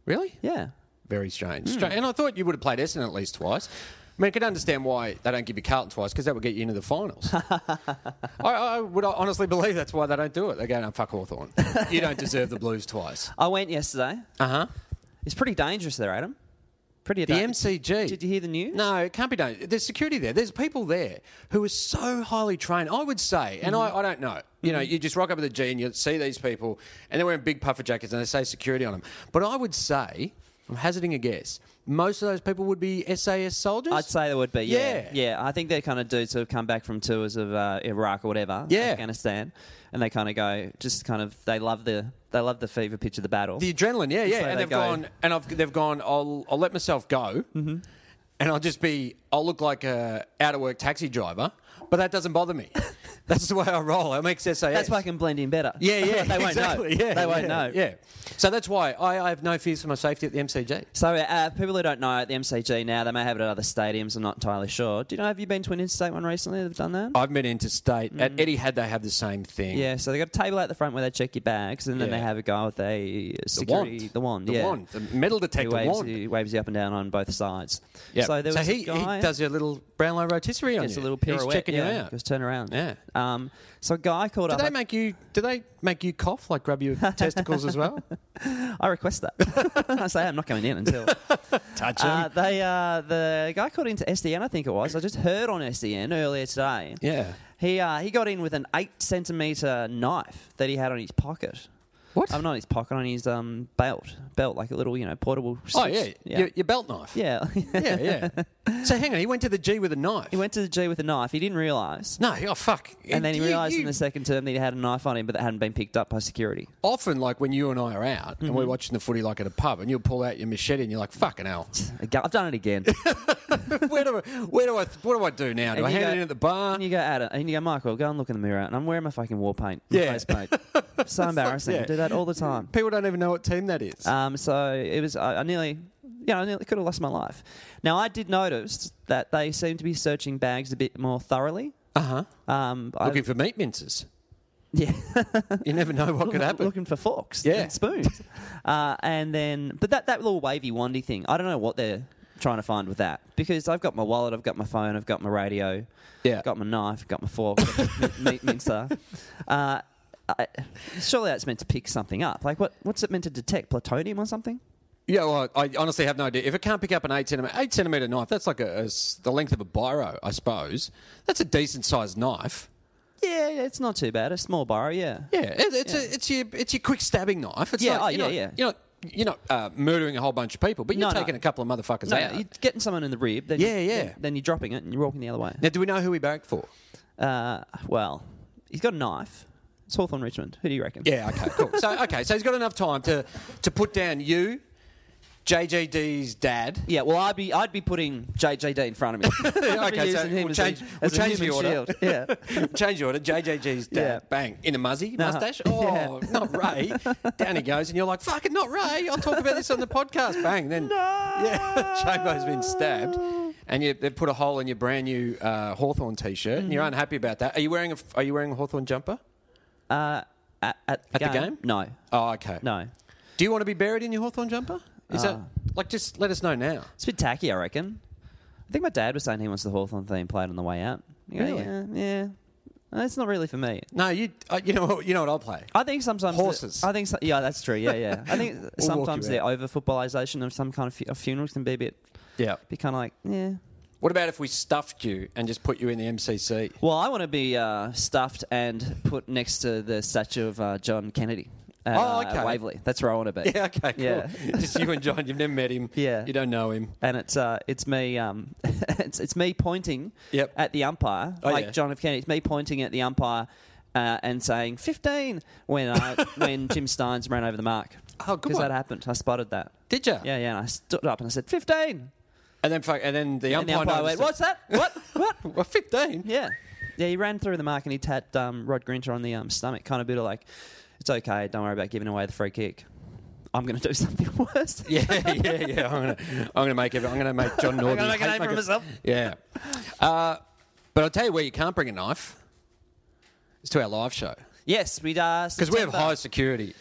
Speaker 3: Really?
Speaker 2: Yeah.
Speaker 3: Very strange.
Speaker 2: Hmm.
Speaker 3: Stra- And I thought you would have played Essendon at least twice. I mean, I could understand why they don't give you Carlton twice because that would get you into the finals. I, I would honestly believe that's why they don't do it. They go, no, fuck Hawthorn. You don't deserve the Blues twice.
Speaker 2: I went yesterday.
Speaker 3: Uh huh.
Speaker 2: It's pretty dangerous there, Adam. Pretty
Speaker 3: The
Speaker 2: dangerous.
Speaker 3: MCG.
Speaker 2: Did you hear the news?
Speaker 3: No, it can't be done. There's security there. There's people there who are so highly trained. I would say, and
Speaker 2: Mm-hmm.
Speaker 3: I, I don't know. You know, you just rock up with a G and you see these people, and they're wearing big puffer jackets and they say security on them. But I would say, I'm hazarding a guess, most of those people would be SAS soldiers.
Speaker 2: I'd say there would be. Yeah.
Speaker 3: Yeah.
Speaker 2: yeah. I think they're kind of dudes who have come back from tours of uh, Iraq or whatever,
Speaker 3: Yeah.
Speaker 2: Afghanistan, and they kind of go, just kind of, they love the, they love the fever pitch of the battle.
Speaker 3: The adrenaline, yeah, yeah.
Speaker 2: So
Speaker 3: and
Speaker 2: they
Speaker 3: they've
Speaker 2: go- Mm-hmm.
Speaker 3: gone, and I've, they've gone. I'll, I'll let myself go, and I'll just be I'll look like a out of work taxi driver, but that doesn't bother me. That's the way I roll. I'm XSAS.
Speaker 2: That's why I can blend in better.
Speaker 3: Yeah, yeah,
Speaker 2: they won't
Speaker 3: exactly,
Speaker 2: know.
Speaker 3: Yeah,
Speaker 2: they won't
Speaker 3: yeah,
Speaker 2: know.
Speaker 3: Yeah, so that's why I, I have no fears for my safety at the MCG.
Speaker 2: So, uh, people who don't know at the MCG now, they may have it at other stadiums. I'm not entirely sure. Do you know? Have you been to an interstate one recently? They've done that.
Speaker 3: I've been interstate at Eddie had they have the same thing.
Speaker 2: Mm. yeah, so they got a table out the front where they check your bags, and then
Speaker 3: Yeah.
Speaker 2: they have a guy with a
Speaker 3: the
Speaker 2: security,
Speaker 3: wand,
Speaker 2: the wand,
Speaker 3: the
Speaker 2: yeah,
Speaker 3: wand, the metal
Speaker 2: He
Speaker 3: detector
Speaker 2: waves,
Speaker 3: wand.
Speaker 2: he waves you up and down on both sides.
Speaker 3: Yeah.
Speaker 2: So there was
Speaker 3: he,
Speaker 2: a guy.
Speaker 3: he does a little Brownlow rotisserie on
Speaker 2: gets
Speaker 3: you.
Speaker 2: a little
Speaker 3: He's
Speaker 2: pirouette.
Speaker 3: checking
Speaker 2: yeah,
Speaker 3: you out.
Speaker 2: Just turn around.
Speaker 3: Yeah.
Speaker 2: Um, so a guy called
Speaker 3: Do
Speaker 2: up.
Speaker 3: they make you? Do they make you cough? Like rub your testicles as well?
Speaker 2: I request that. I say I'm not going in until.
Speaker 3: Touch
Speaker 2: Uh, they uh, the guy called into SDN, I think it was. I just heard on SDN earlier today.
Speaker 3: Yeah.
Speaker 2: He uh, he got in with an eight centimeter knife that he had on his pocket.
Speaker 3: What?
Speaker 2: I'm not on his pocket, on his um, belt, belt like a little you know portable.
Speaker 3: oh yeah,
Speaker 2: switch.
Speaker 3: Your, your belt knife.
Speaker 2: yeah, yeah.
Speaker 3: yeah, yeah. so hang on, he went to the G with a knife.
Speaker 2: he went to the G with a knife. He didn't realise.
Speaker 3: no, oh fuck.
Speaker 2: And then he
Speaker 3: You-
Speaker 2: realised in
Speaker 3: you-
Speaker 2: the second term that he had a knife on him, but that hadn't been picked up by security.
Speaker 3: often like when you and I are out and
Speaker 2: Mm-hmm.
Speaker 3: we're watching the footy like at a pub, and you'll pull out your machete and you're like, fucking hell.
Speaker 2: Aga- I've done it again.
Speaker 3: where do I, where do I, what do I do now? Do
Speaker 2: And
Speaker 3: I
Speaker 2: you
Speaker 3: hand
Speaker 2: go-
Speaker 3: it in at the bar?
Speaker 2: And you go at it, and you go, Michael, go and look in the mirror. And I'm wearing my fucking war paint, my
Speaker 3: Yeah.
Speaker 2: face paint. So embarrassing.
Speaker 3: yeah.
Speaker 2: I do that all the time.
Speaker 3: People don't even know what team that is.
Speaker 2: Um, so it was. I, I nearly, you know, I nearly could have lost my life. Now I did notice that they seem to be searching bags a bit more thoroughly.
Speaker 3: Uh huh.
Speaker 2: Um, I-
Speaker 3: Looking for meat minces.
Speaker 2: yeah,
Speaker 3: You never know what could happen.
Speaker 2: looking for forks
Speaker 3: Yeah.
Speaker 2: and spoons, uh, and then but that that little wavy wandy thing. I don't know what they're trying to find with that because I've got my wallet, I've got my phone, I've got my radio,
Speaker 3: Yeah.
Speaker 2: got my knife, got my fork, got my meat mincer. Uh, I, surely that's meant to pick something up. Like what? What's it meant to detect? Plutonium or something?
Speaker 3: Yeah, well, I honestly have no idea. If it can't pick up an eight centimeter, eight centimeter knife, that's like a, a s- the length of a biro, I suppose. That's a decent sized knife.
Speaker 2: Yeah, yeah, it's not too bad. A small borrow, yeah.
Speaker 3: Yeah, it, it's A, it's your it's your quick stabbing knife. It's
Speaker 2: Yeah,
Speaker 3: not,
Speaker 2: oh,
Speaker 3: you're
Speaker 2: yeah,
Speaker 3: not, You're not you're not uh, murdering a whole bunch of people, but you're
Speaker 2: No, no.
Speaker 3: taking a couple of motherfuckers
Speaker 2: No,
Speaker 3: out.
Speaker 2: you're getting someone in the rib. Then
Speaker 3: Yeah,
Speaker 2: you,
Speaker 3: yeah.
Speaker 2: Then, then you're dropping it and you're walking the other way.
Speaker 3: Now, do we know who he barracked for?
Speaker 2: Uh, well, he's got a knife. It's Hawthorne Richmond. Who do you reckon?
Speaker 3: Yeah. Okay. Cool. so okay. So he's got enough time to to put down you, JJD's dad.
Speaker 2: Yeah, well, I'd be I'd be putting JJD in front of me. I'd be
Speaker 3: Okay, so
Speaker 2: using him
Speaker 3: we'll
Speaker 2: as a-
Speaker 3: change-
Speaker 2: as
Speaker 3: we'll
Speaker 2: a
Speaker 3: change the
Speaker 2: human
Speaker 3: order.
Speaker 2: shield. Yeah.
Speaker 3: Change order. JJG's dad.
Speaker 2: Yeah. Uh-huh.
Speaker 3: Bang. In a muzzy mustache. Oh, not Ray. Down he goes, and you're like, fucking not Ray. I'll talk about this on the podcast. Bang. Then, yeah, Chabo's been stabbed. And you, they put a hole in your brand new uh, Hawthorne t shirt, and
Speaker 2: Mm-hmm.
Speaker 3: you're unhappy about that. Are you wearing a, are you wearing a Hawthorne jumper?
Speaker 2: At, at,
Speaker 3: At the game?
Speaker 2: No.
Speaker 3: Oh, okay.
Speaker 2: No. Uh.
Speaker 3: Do you want to be buried in your Hawthorne jumper? Is that, like, just let us know now.
Speaker 2: It's a bit tacky, I reckon. I think my dad was saying he wants the Hawthorne theme played on the way out. You go,
Speaker 3: Really?
Speaker 2: Yeah, yeah. That's not really for me.
Speaker 3: No, you, uh, you, know, what- you know what I'll play?
Speaker 2: I think sometimes
Speaker 3: Horses.
Speaker 2: I think so, yeah, that's true. Yeah, yeah. I think
Speaker 3: you
Speaker 2: sometimes the
Speaker 3: out.
Speaker 2: over footballisation of some kind of, fu- of funerals can be a bit,
Speaker 3: Yeah.
Speaker 2: be kind of like, yeah.
Speaker 3: What about if we stuffed you and just put you in the MCC?
Speaker 2: Well, I want to be uh, stuffed and put next to the statue of uh, John Kennedy. At,
Speaker 3: Oh,
Speaker 2: uh, at
Speaker 3: okay.
Speaker 2: Waverley. That's where I want to be.
Speaker 3: Yeah, okay, cool.
Speaker 2: Yeah.
Speaker 3: Just you and John. You've never met him.
Speaker 2: Yeah.
Speaker 3: You don't know him.
Speaker 2: And it's uh, it's me um, it's, it's me pointing
Speaker 3: Yep.
Speaker 2: at the umpire
Speaker 3: Oh,
Speaker 2: like
Speaker 3: yeah.
Speaker 2: John F Kennedy. It's me pointing at the umpire uh, and saying fifteen when I, when Jim Steins ran over the mark.
Speaker 3: Oh, good
Speaker 2: Because
Speaker 3: one.
Speaker 2: that happened. I spotted that.
Speaker 3: Did you?
Speaker 2: Yeah, yeah. And I stood up and I said fifteen.
Speaker 3: And then, fuck, and then the
Speaker 2: And the
Speaker 3: umpire,
Speaker 2: umpire went, "What's
Speaker 3: noticed
Speaker 2: that? What? What?"
Speaker 3: it. Well, fifteen.
Speaker 2: Yeah, yeah. He ran through the mark and he tapped um, Rod Grinter on the um, stomach, kind of bit of like, "It's okay, don't worry about giving away the free kick. I'm going to do something worse."
Speaker 3: Yeah, yeah, yeah. I'm gonna, I'm gonna make every, I'm gonna make John Norton.
Speaker 2: gonna make a
Speaker 3: hate
Speaker 2: name for
Speaker 3: my-
Speaker 2: myself.
Speaker 3: Yeah. Uh, but I'll tell you where you can't bring a knife. It's to our live show
Speaker 2: Yes, we'd ask
Speaker 3: because we have high security.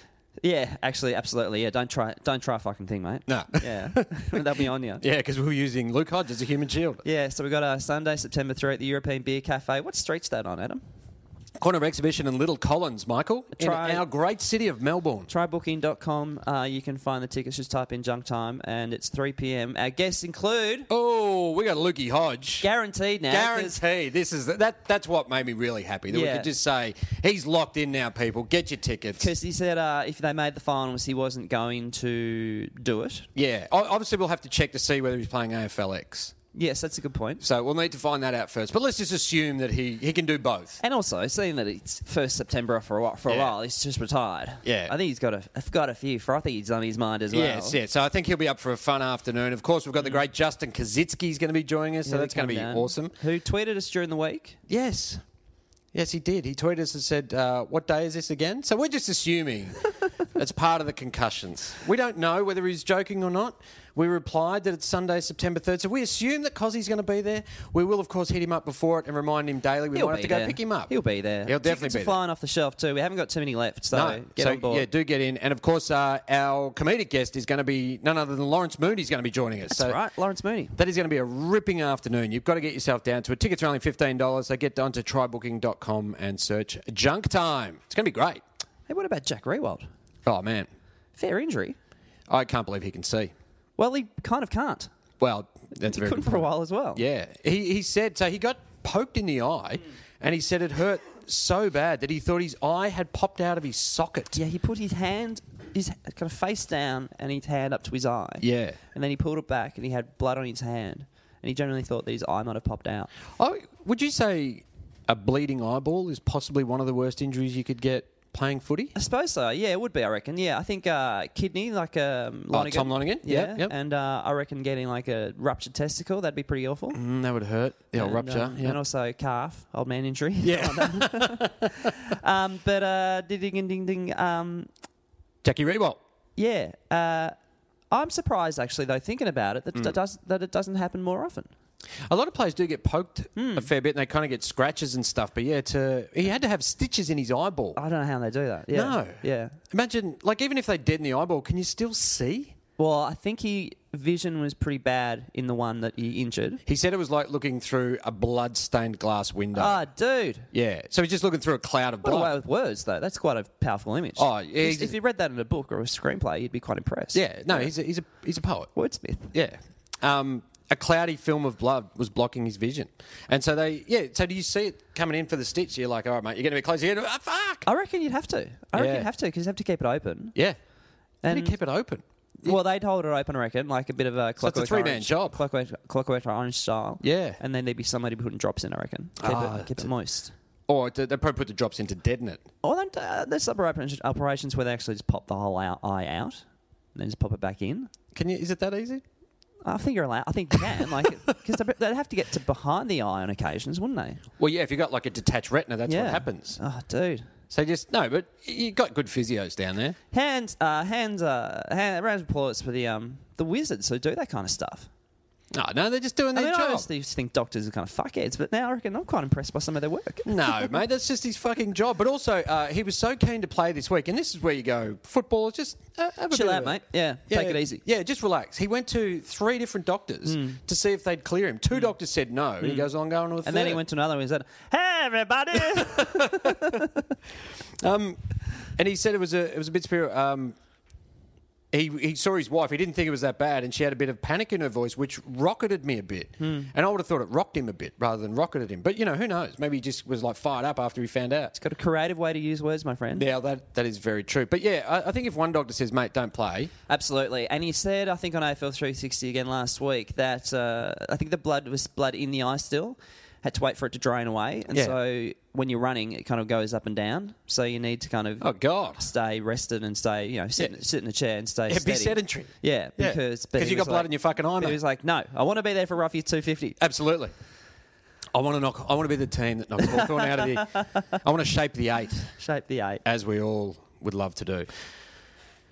Speaker 2: Yeah, actually, absolutely. Yeah, don't try, don't try a fucking thing, mate.
Speaker 3: No.
Speaker 2: Yeah, they'll be on you.
Speaker 3: Yeah, because we're using Luke Hodge as a human shield.
Speaker 2: Yeah, so we got our Sunday, September 3 at the European Beer Cafe. What street's that on, Adam?
Speaker 3: Corner exhibition in Little Collins, Michael, in
Speaker 2: Try-
Speaker 3: our great city of Melbourne.
Speaker 2: Trybooking.com. Uh, you can find the tickets. Just type in junk time, and it's 3 p.m. Our guests include,
Speaker 3: Oh, we got Lukey Hodge.
Speaker 2: guaranteed now. 'cause-
Speaker 3: Guarantee. This is that. That's what made me really happy that we
Speaker 2: Yeah.
Speaker 3: could just say he's locked in now. People, get your tickets.
Speaker 2: Because he said uh, if they made the finals, he wasn't going to do it.
Speaker 3: Yeah. O- Obviously, we'll have to check to see whether he's playing AFLX.
Speaker 2: Yes, that's a good point.
Speaker 3: So we'll need to find that out first. But let's just assume that he, he can do both.
Speaker 2: And also, seeing that it's first September off for a while, for a
Speaker 3: Yeah.
Speaker 2: while, he's just retired.
Speaker 3: Yeah.
Speaker 2: I think he's got a I've got a few frothies on his mind as well.
Speaker 3: Yes, yes. So I think he'll be up for a fun afternoon. Of course, we've got the great Justin Kaczynski's going to be joining us, so
Speaker 2: He'll
Speaker 3: that's going to be
Speaker 2: coming Mm. down.
Speaker 3: awesome.
Speaker 2: Who tweeted us during the week?
Speaker 3: Yes. Yes, he did. He tweeted us and said, uh, What day is this again? So we're just assuming it's part of the concussions. We don't know whether he's joking or not. We replied that it's Sunday, September 3rd. So we assume that Cozzy's going to be there. We will, of course, hit him up before it and remind him daily. We
Speaker 2: He'll
Speaker 3: might have
Speaker 2: be
Speaker 3: to go
Speaker 2: there.
Speaker 3: pick him up.
Speaker 2: He'll be there.
Speaker 3: He'll definitely
Speaker 2: Tickets are
Speaker 3: be there.
Speaker 2: flying off the shelf too. We haven't got too many left, so
Speaker 3: No.
Speaker 2: get
Speaker 3: so,
Speaker 2: on board.
Speaker 3: yeah, do get in. And of course, uh, our comedic guest is going to be none other than Lawrence Mooney's going to be joining us.
Speaker 2: That's
Speaker 3: so
Speaker 2: right, Lawrence Mooney.
Speaker 3: That is going to be a ripping afternoon. You've got to get yourself down to it. Tickets are only $15, so get down to trybooking.com and search Junk Time. It's going to be great.
Speaker 2: Hey, what about Jack Rewald?
Speaker 3: Oh, man.
Speaker 2: Fair injury.
Speaker 3: I can't believe he can see.
Speaker 2: Well, he kind of can't.
Speaker 3: Well, that's
Speaker 2: he
Speaker 3: very
Speaker 2: couldn't
Speaker 3: good
Speaker 2: for a
Speaker 3: point.
Speaker 2: while as well.
Speaker 3: Yeah. He, he said, so he got poked in the eye,
Speaker 2: Hmm.
Speaker 3: and he said it hurt so bad that he thought his eye had popped out of his socket.
Speaker 2: Yeah, he put his hand, his kind of face down, and his hand up to his eye.
Speaker 3: Yeah.
Speaker 2: And then he pulled it back, and he had blood on his hand. And he generally thought that his eye might have popped out.
Speaker 3: Oh, would you say a bleeding eyeball is possibly one of the worst injuries you could get playing footy?
Speaker 2: I suppose so. Yeah, it would be. I reckon. Yeah, I think uh, kidney, like um,
Speaker 3: Oh,
Speaker 2: Lonigan.
Speaker 3: Tom Lonigan?
Speaker 2: Yeah,
Speaker 3: Yep, yep.
Speaker 2: and uh, I reckon getting like a ruptured testicle that'd be pretty awful.
Speaker 3: Mm, that would hurt. The old
Speaker 2: and,
Speaker 3: rupture.
Speaker 2: um,
Speaker 3: yeah.
Speaker 2: and also calf, old man injury. Yeah. um, but uh, ding ding ding ding. Um,
Speaker 3: Jackie Rewalt.
Speaker 2: yeah. Uh, I'm surprised actually, though, thinking about it, that,
Speaker 3: Mm.
Speaker 2: that does that it doesn't happen more often.
Speaker 3: A lot of players do get poked
Speaker 2: Hmm.
Speaker 3: a fair bit, and they kind of get scratches and stuff. But yeah, to he had to have stitches in his eyeball.
Speaker 2: I don't know how they do that. Yeah.
Speaker 3: No.
Speaker 2: Yeah.
Speaker 3: Imagine, like, even if they deaden the eyeball, can you still see?
Speaker 2: Well, I think he vision was pretty bad in the one that he injured.
Speaker 3: He said it was like looking through a blood-stained glass window.
Speaker 2: Ah, dude.
Speaker 3: yeah, so he's just looking through a cloud of
Speaker 2: What a way
Speaker 3: blood.
Speaker 2: with words, though. That's quite a powerful image.
Speaker 3: Oh, yeah,
Speaker 2: If-
Speaker 3: he's-
Speaker 2: If you read that in a book or a screenplay, you'd be quite impressed.
Speaker 3: Yeah, no, he's a, he's a he's a poet.
Speaker 2: Wordsmith.
Speaker 3: Yeah. Um, a cloudy film of blood was blocking his vision, and so they yeah. So do you see it coming in for the stitch? You're like, all right, mate, you're going to be close. You're gonna, ah, fuck.
Speaker 2: I reckon you'd have to. I reckon
Speaker 3: Yeah.
Speaker 2: you'd have to because you have to keep it open.
Speaker 3: Yeah. And
Speaker 2: And-
Speaker 3: he keep it open.
Speaker 2: Well, they'd hold it open, I reckon, like a bit of a clockwork.
Speaker 3: three-man
Speaker 2: Orange-
Speaker 3: job.
Speaker 2: Clockwork, clockwork orange style.
Speaker 3: Yeah. Ah,
Speaker 2: And then there'd be somebody putting drops in, I reckon. Keep, it, keep it moist.
Speaker 3: Or they they probably put the drops in to deaden it.
Speaker 2: Or then, uh, there's some operations, operations where they actually just pop the whole ou- eye out and then just pop it back in.
Speaker 3: Can you? Is it that easy?
Speaker 2: I think you're allowed. I think you can, like, because they'd have to get to behind the eye on occasions, wouldn't they?
Speaker 3: Well, yeah. If you got like a detached retina, that's
Speaker 2: yeah.
Speaker 3: what happens.
Speaker 2: Oh, dude.
Speaker 3: So just no, but you got good physios down there.
Speaker 2: Hands, uh, hands, uh, hand, rounds of applause for the um, the wizards who do that kind of stuff.
Speaker 3: No, no, they're just doing
Speaker 2: I
Speaker 3: their
Speaker 2: mean, I
Speaker 3: job.
Speaker 2: honestly used to think doctors are kind of fuckheads, but now I reckon I'm quite impressed by some of their work.
Speaker 3: No, mate, that's just his fucking job. But also, uh, he was so keen to play this week, and this is where you go, football. Just uh, have a
Speaker 2: Chill
Speaker 3: bit
Speaker 2: out,
Speaker 3: of a-
Speaker 2: mate. Yeah, take it easy. Hmm.
Speaker 3: Yeah, just relax. He went to three different doctors to see if they'd clear him. Two doctors said no, and he goes on going with.
Speaker 2: And then he went to another one and said, Hey, everybody!
Speaker 3: Um, and he said it was a it was a bit superior. Um, he, he saw his wife. He didn't think it was that bad, and she had a bit of panic in her voice, which rocketed me a bit. And I would have thought it rocked him a bit rather than rocketed him. But you know, who knows? Maybe he just was like fired up after he found out.
Speaker 2: Got a creative way to use words, my friend.
Speaker 3: Now that that is very true. But yeah, I, I think if one doctor says, "Mate, don't play,"
Speaker 2: Absolutely. And he said, I think on AFL 360 again last week, that uh, I think the blood was blood in the eye still. Had to wait for it to drain away. And
Speaker 3: Yeah.
Speaker 2: so when you're running, it kind of goes up and down. So you need to kind of
Speaker 3: oh god,
Speaker 2: stay rested and stay, you know, sit,
Speaker 3: Yeah.
Speaker 2: sit in a chair and stay
Speaker 3: Yeah, be
Speaker 2: steady.
Speaker 3: sedentary.
Speaker 2: Yeah,
Speaker 3: Yeah.
Speaker 2: because
Speaker 3: 'Cause you got blood in your fucking eye,
Speaker 2: He
Speaker 3: mate.
Speaker 2: was like, no, I want to be there for Ruffy's 250.
Speaker 3: absolutely. I want to knock. I want to be the team that knocks Hawthorn out of the. I want to shape the eight
Speaker 2: Shape the eight.
Speaker 3: as we all would love to do.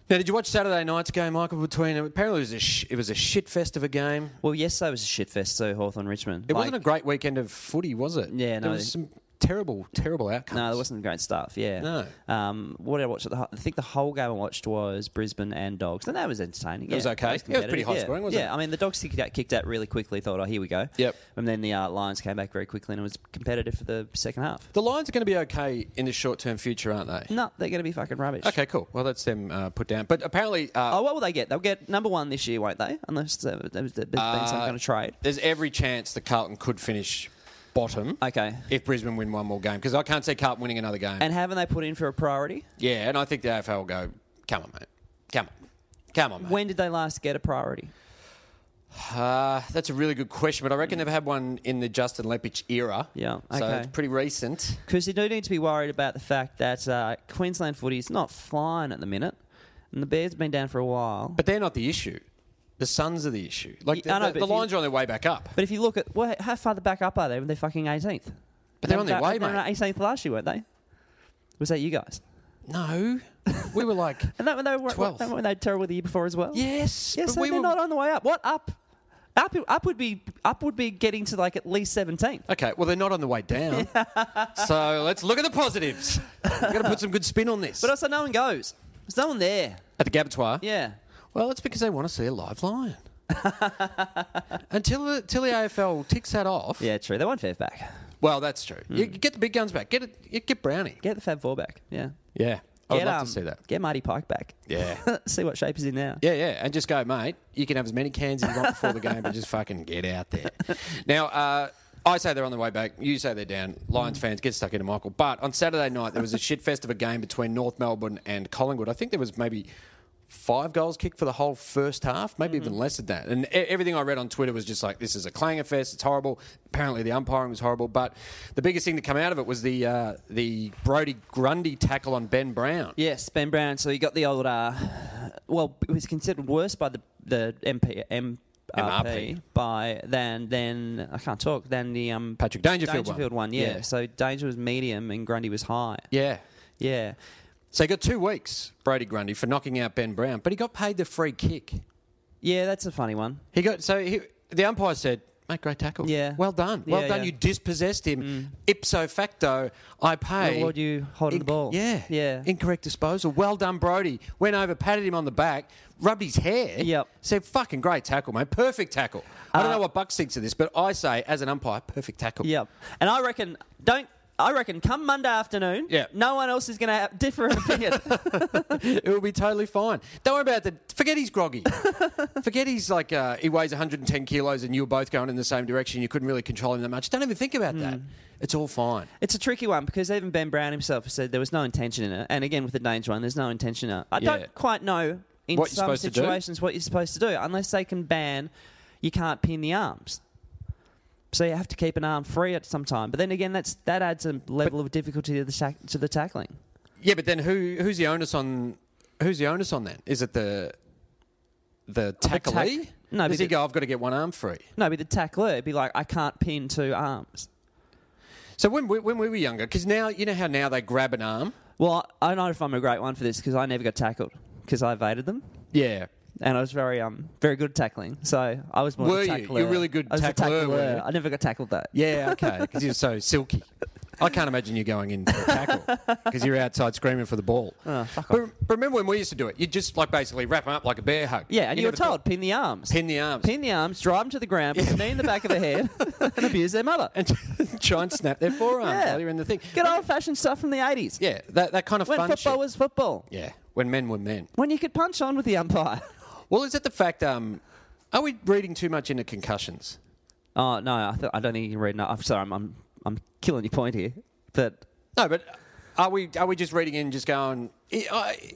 Speaker 3: Now, did you watch Saturday night's game, Michael? Between apparently it was a sh- it was a shit fest of a game.
Speaker 2: Well, yesterday was a shit fest, so Hawthorn Richmond.
Speaker 3: It wasn't a great weekend of footy, was it?
Speaker 2: Yeah, no.
Speaker 3: There was some terrible, terrible outcomes.
Speaker 2: No, there wasn't great stuff. Yeah.
Speaker 3: No.
Speaker 2: Um, what did I watch? At the, ho- I think the whole game I watched was Brisbane and Dogs, and that was entertaining. It
Speaker 3: was okay. It was pretty high
Speaker 2: yeah.
Speaker 3: scoring, wasn't
Speaker 2: yeah.
Speaker 3: it?
Speaker 2: I mean, the Dogs kicked out, kicked out really quickly. Thought, oh, here we go.
Speaker 3: Yep.
Speaker 2: And then the uh, Lions came back very quickly, and it was competitive for the second half.
Speaker 3: The Lions are going to be okay in the short term future, aren't they?
Speaker 2: No, they're going to be fucking rubbish.
Speaker 3: Okay, cool. Well, that's them uh, put down. But apparently, uh,
Speaker 2: Oh, what will they get? They'll get number one this year, won't they? Unless uh, there's there's been some
Speaker 3: Uh,
Speaker 2: kind of trade.
Speaker 3: There's every chance that Carlton could finish bottom.
Speaker 2: Okay.
Speaker 3: If Brisbane win one more game, because I can't see Carlton winning another game.
Speaker 2: And haven't they put in for a priority?
Speaker 3: yeah, and I think the AFL will go, come on, mate. Come on. Come on, mate.
Speaker 2: When did they last get a priority?
Speaker 3: Uh, that's a really good question, but I reckon they've had one in the Justin Lepich era.
Speaker 2: Yeah,
Speaker 3: So
Speaker 2: okay.
Speaker 3: it's pretty recent.
Speaker 2: Because you do need to be worried about the fact that uh, Queensland footy is not flying at the minute, and the Bears have been down for a while.
Speaker 3: But they're not the issue. The Suns are the issue. Like,
Speaker 2: Yeah, I
Speaker 3: the,
Speaker 2: know, but
Speaker 3: the- the
Speaker 2: if you-
Speaker 3: Lions are on their way back up.
Speaker 2: But if you look at well, how far the back up are they? They're fucking 18th.
Speaker 3: But they're on their way,
Speaker 2: they were
Speaker 3: mate.
Speaker 2: 18th last year, weren't they? Was that you guys?
Speaker 3: No. We were like,
Speaker 2: And that when they were
Speaker 3: 12th.
Speaker 2: that when they were terrible the year before as well.
Speaker 3: yes.
Speaker 2: Yeah,
Speaker 3: but
Speaker 2: so
Speaker 3: we
Speaker 2: they're
Speaker 3: were.
Speaker 2: not on the way up. What up? Up, up would be up would be getting to like at least 17th.
Speaker 3: Okay, well, they're not on the way down. so let's look at the positives. We're going to put some good spin on this.
Speaker 2: But also, no one goes. There's no one there.
Speaker 3: At the Gabatoir?
Speaker 2: Yeah.
Speaker 3: Well, it's because they want to see a live lion. until, the, until the AFL ticks that off.
Speaker 2: Yeah, true. They want Fev back.
Speaker 3: Well, that's true. You get the big guns back. Get it. You get Brownie.
Speaker 2: Get the Fab Four back. Yeah.
Speaker 3: Yeah, I would
Speaker 2: Get,
Speaker 3: love
Speaker 2: um,
Speaker 3: to see that.
Speaker 2: Get Marty Pike back.
Speaker 3: Yeah.
Speaker 2: See what shape he's in now.
Speaker 3: Yeah, yeah, and just go, mate. You can have as many cans as you want before the game, but just fucking get out there. Now, uh, I say they're on the way back. You say they're down. Lions fans get stuck into Michael. But on Saturday night, there was a shit fest of a game between North Melbourne and Collingwood. I think there was maybe five goals kicked for the whole first half, maybe even less than that. And e- everything I read on Twitter was just like, this is a clanger fest. It's horrible. Apparently, the umpiring was horrible. But the biggest thing to come out of it was the uh, the Brody Grundy tackle on Ben Brown.
Speaker 2: Yes, Ben Brown. So he got the old. Uh, well, it was considered worse by the the MP, M,
Speaker 3: MRP.
Speaker 2: by than than I can't talk than the um
Speaker 3: Patrick Dangerfield one.
Speaker 2: Dangerfield one. yeah.
Speaker 3: Yeah.
Speaker 2: So Danger was medium and Grundy was high.
Speaker 3: Yeah.
Speaker 2: Yeah.
Speaker 3: So he got two weeks, Brody Grundy, for knocking out Ben Brown, but he got paid the free kick.
Speaker 2: Yeah, that's a funny one.
Speaker 3: He got so he, the umpire said, "Mate, great tackle.
Speaker 2: Yeah.
Speaker 3: well done, well
Speaker 2: Yeah,
Speaker 3: done.
Speaker 2: yeah. Mm.
Speaker 3: You dispossessed him. Ipso facto, I pay.
Speaker 2: Reward you holding the ball.
Speaker 3: Yeah,
Speaker 2: Yeah.
Speaker 3: Incorrect disposal. Well done, Brody. Went over, patted him on the back, rubbed his hair.
Speaker 2: Yep. Uh,
Speaker 3: Said, "Fucking great tackle, mate. Perfect tackle." I don't know what Buck thinks of this, but I say, as an umpire, perfect tackle.
Speaker 2: Yep. And I reckon don't I reckon come Monday afternoon,
Speaker 3: Yeah.
Speaker 2: no one else is going to have different opinion.
Speaker 3: It will be totally fine. Don't worry about the. Forget he's groggy. forget he's like uh, he weighs 110 kilos and you were both going in the same direction. You couldn't really control him that much. Don't even think about that. It's all fine.
Speaker 2: it's a tricky one because even Ben Brown himself said there was no intention in it. And again with the danger one, there's no intention in it. I
Speaker 3: Yeah.
Speaker 2: don't quite know in
Speaker 3: What you're
Speaker 2: some
Speaker 3: supposed to do?
Speaker 2: situations what you're supposed to do unless they can ban you can't pin the arms. So you have to keep an arm free at some time. But then again that's that adds a level of difficulty to the tack to the tackling.
Speaker 3: Yeah, but then who who's the onus on who's the onus on that? Is it the Oh, the tacklee?
Speaker 2: No, but
Speaker 3: does he
Speaker 2: the-
Speaker 3: go? I've got to get one arm free.
Speaker 2: No, but the tackler would be like I can't pin two arms.
Speaker 3: So when we, when we were younger, because now you know how now they grab an arm.
Speaker 2: Well, I I don't know if I'm a great one for this because I never got tackled because I evaded them,
Speaker 3: Yeah.
Speaker 2: and I was very um very good at tackling. So I was more of
Speaker 3: Were
Speaker 2: a
Speaker 3: you?
Speaker 2: tackler.
Speaker 3: You're really good
Speaker 2: I was a
Speaker 3: tackler, were you?
Speaker 2: I never got tackled though.
Speaker 3: Yeah, okay, because you're so silky. I can't imagine you going in for a tackle because you're outside screaming for the ball.
Speaker 2: Oh,
Speaker 3: but, but remember when we used to do it? You'd just like basically wrap them up like a bear hug.
Speaker 2: Yeah, and you, were
Speaker 3: never
Speaker 2: told pin the arms,
Speaker 3: thought- pin the arms
Speaker 2: Pin the arms, drive them to the ground, put the knee in the back of the head, and abuse their mother.
Speaker 3: and try and snap their forearms
Speaker 2: Yeah.
Speaker 3: while you're in the thing.
Speaker 2: Good old fashioned stuff from the eighties.
Speaker 3: Yeah, that, that kind of
Speaker 2: when
Speaker 3: fun
Speaker 2: football
Speaker 3: shit.
Speaker 2: was football.
Speaker 3: yeah, when men were men.
Speaker 2: When you could punch on with the umpire.
Speaker 3: Well, is it the fact? Um, are we reading too much into concussions?
Speaker 2: Oh no, I, th- I don't think you can read. No, I'm sorry, I'm, I'm I'm killing your point here, but
Speaker 3: No, but are we are we just reading in just going? I, I-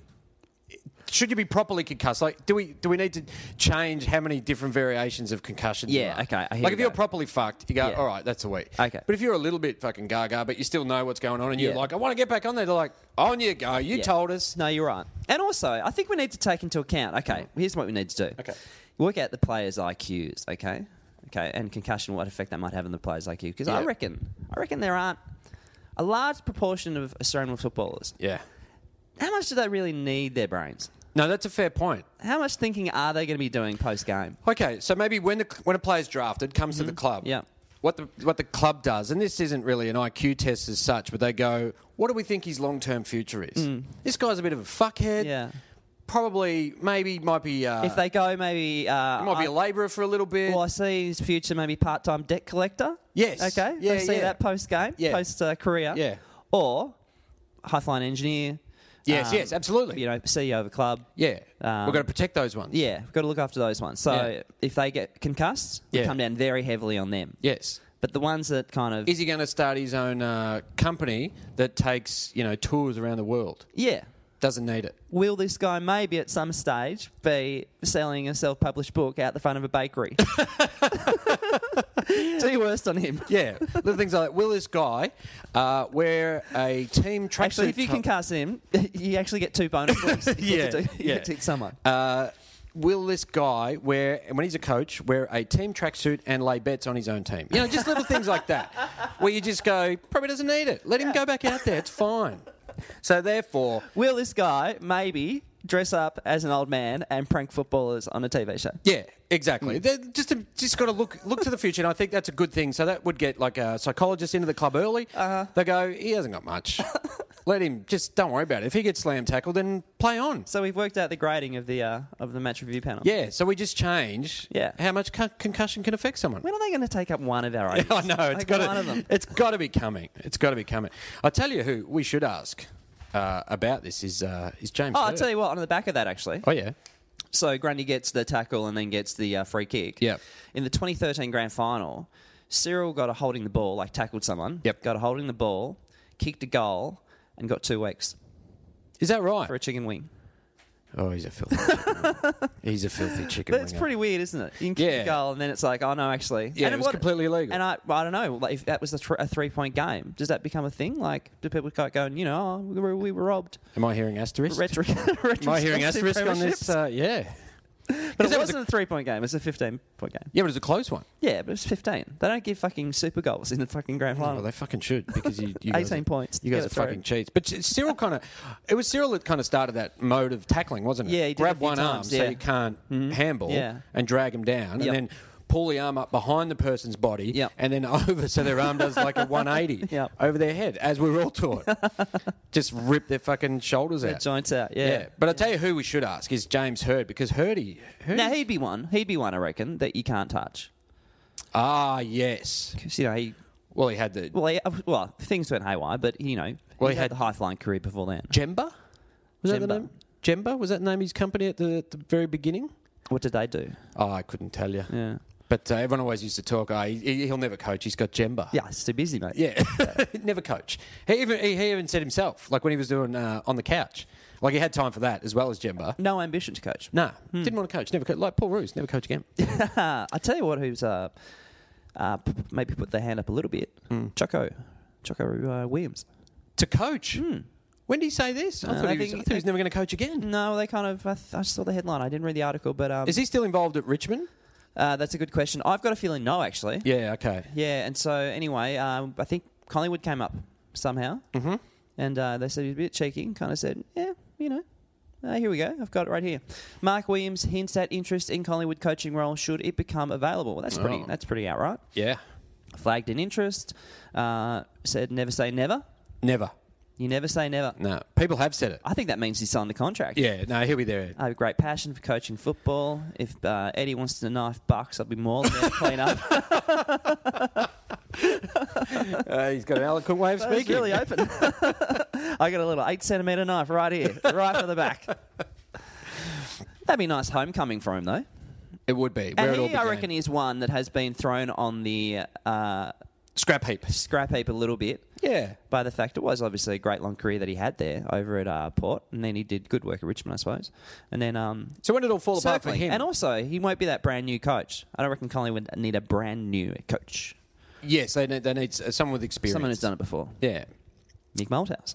Speaker 3: should you be properly concussed? Like, do we do we need to change how many different variations of concussions?
Speaker 2: Yeah,
Speaker 3: there are?
Speaker 2: okay, I hear
Speaker 3: like
Speaker 2: you
Speaker 3: if you're
Speaker 2: go.
Speaker 3: properly fucked, you go,
Speaker 2: Yeah.
Speaker 3: all right, that's a week.
Speaker 2: Okay.
Speaker 3: But if you're a little bit fucking gaga, but you still know what's going on, and you're
Speaker 2: Yeah.
Speaker 3: like, I want to get back on there, they're like, on you go. You
Speaker 2: Yeah.
Speaker 3: told us.
Speaker 2: No, you're right. And also, I think we need to take into account. Okay, here's what we need to do.
Speaker 3: Mm. Okay.
Speaker 2: Work out the players' IQs. Okay. Okay, and concussion, what effect that might have on the players' IQ? Because I
Speaker 3: Yeah.
Speaker 2: reckon, I reckon there aren't a large proportion of Australian footballers.
Speaker 3: Yeah.
Speaker 2: How much do they really need their brains?
Speaker 3: No, that's a fair point.
Speaker 2: How much thinking are they going to be doing post game?
Speaker 3: Okay, so maybe when the when a player's drafted, comes to the club.
Speaker 2: Mm-hmm. Yeah.
Speaker 3: What the what the club does, and this isn't really an IQ test as such, but they go, what do we think his long term future is? This guy's a bit of a fuckhead.
Speaker 2: Mm. Yeah.
Speaker 3: Probably, maybe, might be. Uh,
Speaker 2: If they go, maybe. Uh,
Speaker 3: might be a
Speaker 2: I-
Speaker 3: labourer for a little bit.
Speaker 2: Well, I see his future maybe part time debt collector.
Speaker 3: Yes.
Speaker 2: Okay.
Speaker 3: Yeah,
Speaker 2: I see
Speaker 3: yeah.
Speaker 2: that post game,
Speaker 3: Yeah.
Speaker 2: post uh, career.
Speaker 3: Yeah.
Speaker 2: Or high flying engineer. Um,
Speaker 3: Yes, yes, absolutely.
Speaker 2: You know, CEO of a club.
Speaker 3: yeah,
Speaker 2: Um,
Speaker 3: we're going to protect those ones.
Speaker 2: Yeah, we've got to look after those ones. So
Speaker 3: Yeah.
Speaker 2: if they get concussed, we
Speaker 3: Yeah.
Speaker 2: come down very heavily on them.
Speaker 3: Yes.
Speaker 2: But the ones that kind of.
Speaker 3: Is he going to start his own uh, company that takes you know tours around the world?
Speaker 2: yeah.
Speaker 3: Doesn't need it.
Speaker 2: Will this guy maybe at some stage be selling a self published book out the front of a bakery? Two worst on him.
Speaker 3: Yeah, little things like that. Will this guy uh, wear a team tracksuit?
Speaker 2: Actually, if you can
Speaker 3: top-
Speaker 2: cast him, you actually get two bonus points. You get to
Speaker 3: Yeah,
Speaker 2: do- you
Speaker 3: yeah.
Speaker 2: get to hit someone.
Speaker 3: Uh, will this guy wear, and when he's a coach, wear a team tracksuit and lay bets on his own team? You know, just little things like that, where you just go, probably doesn't need it. Let him go back out there. It's fine. So therefore,
Speaker 2: Will this guy maybe dress up as an old man and prank footballers on a TV show?
Speaker 3: yeah, exactly. They're Just just got to look look to the future, and I think that's a good thing. So that would get like a psychologist into the club early. Uh-huh. They go, he hasn't got much. Let him just don't worry about it. If he gets slam tackled, then play on.
Speaker 2: So we've worked out the grading of the uh, of the match review panel.
Speaker 3: Yeah, so we just change
Speaker 2: Yeah.
Speaker 3: how much con- concussion can affect someone.
Speaker 2: When are they going to take up one of our ideas?
Speaker 3: I know it's
Speaker 2: Like,
Speaker 3: got
Speaker 2: one of them.
Speaker 3: to. It's got to be coming. It's got to be coming. I tell you who we should ask uh, about this is uh, is James.
Speaker 2: Oh, I'll
Speaker 3: Bird.
Speaker 2: tell you what, on the back of that, actually.
Speaker 3: Oh yeah,
Speaker 2: So Grundy gets the tackle and then gets the uh, free kick.
Speaker 3: Yep.
Speaker 2: In the 2013 grand final, Cyril got a holding the ball, like tackled someone.
Speaker 3: Yep.
Speaker 2: Got a holding the ball, kicked a goal, and got two weeks
Speaker 3: is that right?
Speaker 2: for a chicken wing.
Speaker 3: Oh, he's a filthy. he's a filthy chicken.
Speaker 2: That's
Speaker 3: winger.
Speaker 2: pretty weird, isn't it? You can kick
Speaker 3: Yeah.
Speaker 2: a goal and then it's like, oh no, actually.
Speaker 3: Yeah,
Speaker 2: and
Speaker 3: it was completely illegal.
Speaker 2: And I, I don't know, like, if that was a, thr a three point game, does that become a thing? Like, do people start going, you know, oh, we, were, we were robbed?
Speaker 3: Am I hearing asterisk?
Speaker 2: Retro-
Speaker 3: Am I hearing asterisk on this? Uh, yeah,
Speaker 2: But it
Speaker 3: that was
Speaker 2: wasn't a three point game, it was a 15 point game.
Speaker 3: yeah, but it's a close one.
Speaker 2: Yeah, but it's 15. They don't give fucking super goals in the fucking grand final.
Speaker 3: Well, they fucking should because you, you guys
Speaker 2: 18
Speaker 3: are-
Speaker 2: points.
Speaker 3: You
Speaker 2: Get
Speaker 3: guys
Speaker 2: it
Speaker 3: are
Speaker 2: through.
Speaker 3: fucking cheats. But C- Cyril kind of, it was Cyril that kind of started that mode of tackling, wasn't it?
Speaker 2: Yeah, he did
Speaker 3: grab
Speaker 2: a few
Speaker 3: one arm
Speaker 2: times,
Speaker 3: so
Speaker 2: yeah. Mm-hmm.
Speaker 3: you can't handball
Speaker 2: Yeah.
Speaker 3: and drag him down,
Speaker 2: Yep.
Speaker 3: and then pull the arm up behind the person's body,
Speaker 2: Yep.
Speaker 3: and then over so their arm does like a 180
Speaker 2: Yep.
Speaker 3: over their head, as we were all taught. Just rip their fucking shoulders out.
Speaker 2: The joints out, yeah.
Speaker 3: But I tell you who we should ask is James Hurd because Hurdy. Hurdy
Speaker 2: Now he'd be one. He'd be one, I reckon, that you can't touch
Speaker 3: ah yes.
Speaker 2: 'Cause, you know he.
Speaker 3: Well, he had the
Speaker 2: Well, he, well, things went haywire, but you know,
Speaker 3: Well,
Speaker 2: he
Speaker 3: he
Speaker 2: had
Speaker 3: had-
Speaker 2: the high flying career before then.
Speaker 3: Jemba. Was that the
Speaker 2: Jemba.
Speaker 3: name? Jemba was that the name of his company at the, the very beginning?
Speaker 2: What did they do?
Speaker 3: Oh, I couldn't tell you.
Speaker 2: Yeah,
Speaker 3: But uh, everyone always used to talk, oh, he, he'll never coach. He's got Jemba.
Speaker 2: yeah, it's too busy, mate.
Speaker 3: Yeah. never coach. He even, he, he even said himself, like when he was doing uh, on the couch, like he had time for that as well as Jemba.
Speaker 2: No ambition to coach.
Speaker 3: Nah, didn't want to coach. Never coach. Like Paul Roos, never coach again.
Speaker 2: Uh, I tell you what, who's uh, uh, p- p- maybe put their hand up a little bit?
Speaker 3: Hmm.
Speaker 2: Choco, Choco uh, Williams.
Speaker 3: to coach? Hmm. When did he say this? I,
Speaker 2: Uh,
Speaker 3: thought,
Speaker 2: I
Speaker 3: he was,
Speaker 2: think-
Speaker 3: I thought he Hmm. was never going to coach again.
Speaker 2: No, they kind of. I, th- I saw the headline. I didn't read the article, but um,
Speaker 3: Is he still involved at Richmond?
Speaker 2: uh, that's a good question. I've got a feeling no, actually.
Speaker 3: Yeah, okay.
Speaker 2: Yeah, and so anyway, um, I think Collingwood came up somehow, mm-hmm. and uh, they said he was a bit cheeky and kind of said, "Yeah, you know, uh, here we go. I've got it right here." Mark Williams hints at interest in Collingwood coaching role should it become available. Well, that's pretty.
Speaker 3: Oh.
Speaker 2: That's pretty outright.
Speaker 3: Yeah.
Speaker 2: Flagged an interest. Uh, said never say never.
Speaker 3: Never.
Speaker 2: You never say never.
Speaker 3: No. People have said it.
Speaker 2: I think that means he signed the contract.
Speaker 3: Yeah, no, he'll be there.
Speaker 2: I have a great passion for coaching football. If uh, Eddie wants to knife bucks, I'll be more than there to clean up.
Speaker 3: Uh, he's got an eloquent way of
Speaker 2: That was
Speaker 3: speaking.
Speaker 2: really open. I got a little eight centimeter knife right here, right for the back. That'd be nice homecoming for him, though.
Speaker 3: It would be. Where
Speaker 2: And
Speaker 3: it all
Speaker 2: he, I
Speaker 3: began.
Speaker 2: reckon, is one that has been thrown on the uh,
Speaker 3: Scrap heap.
Speaker 2: scrap heap a little bit
Speaker 3: Yeah.
Speaker 2: by the fact it was obviously a great long career that he had there over at uh, Port, and then he did good work at Richmond, I suppose. And then, um,
Speaker 3: So when did it all fall apart for
Speaker 2: circling.
Speaker 3: him?
Speaker 2: and also he won't be that brand new coach. I don't reckon Collingwood would need a brand new coach,
Speaker 3: Yes, they need, they need s- someone with experience.
Speaker 2: someone who's done it before.
Speaker 3: Yeah.
Speaker 2: Nick Malthouse.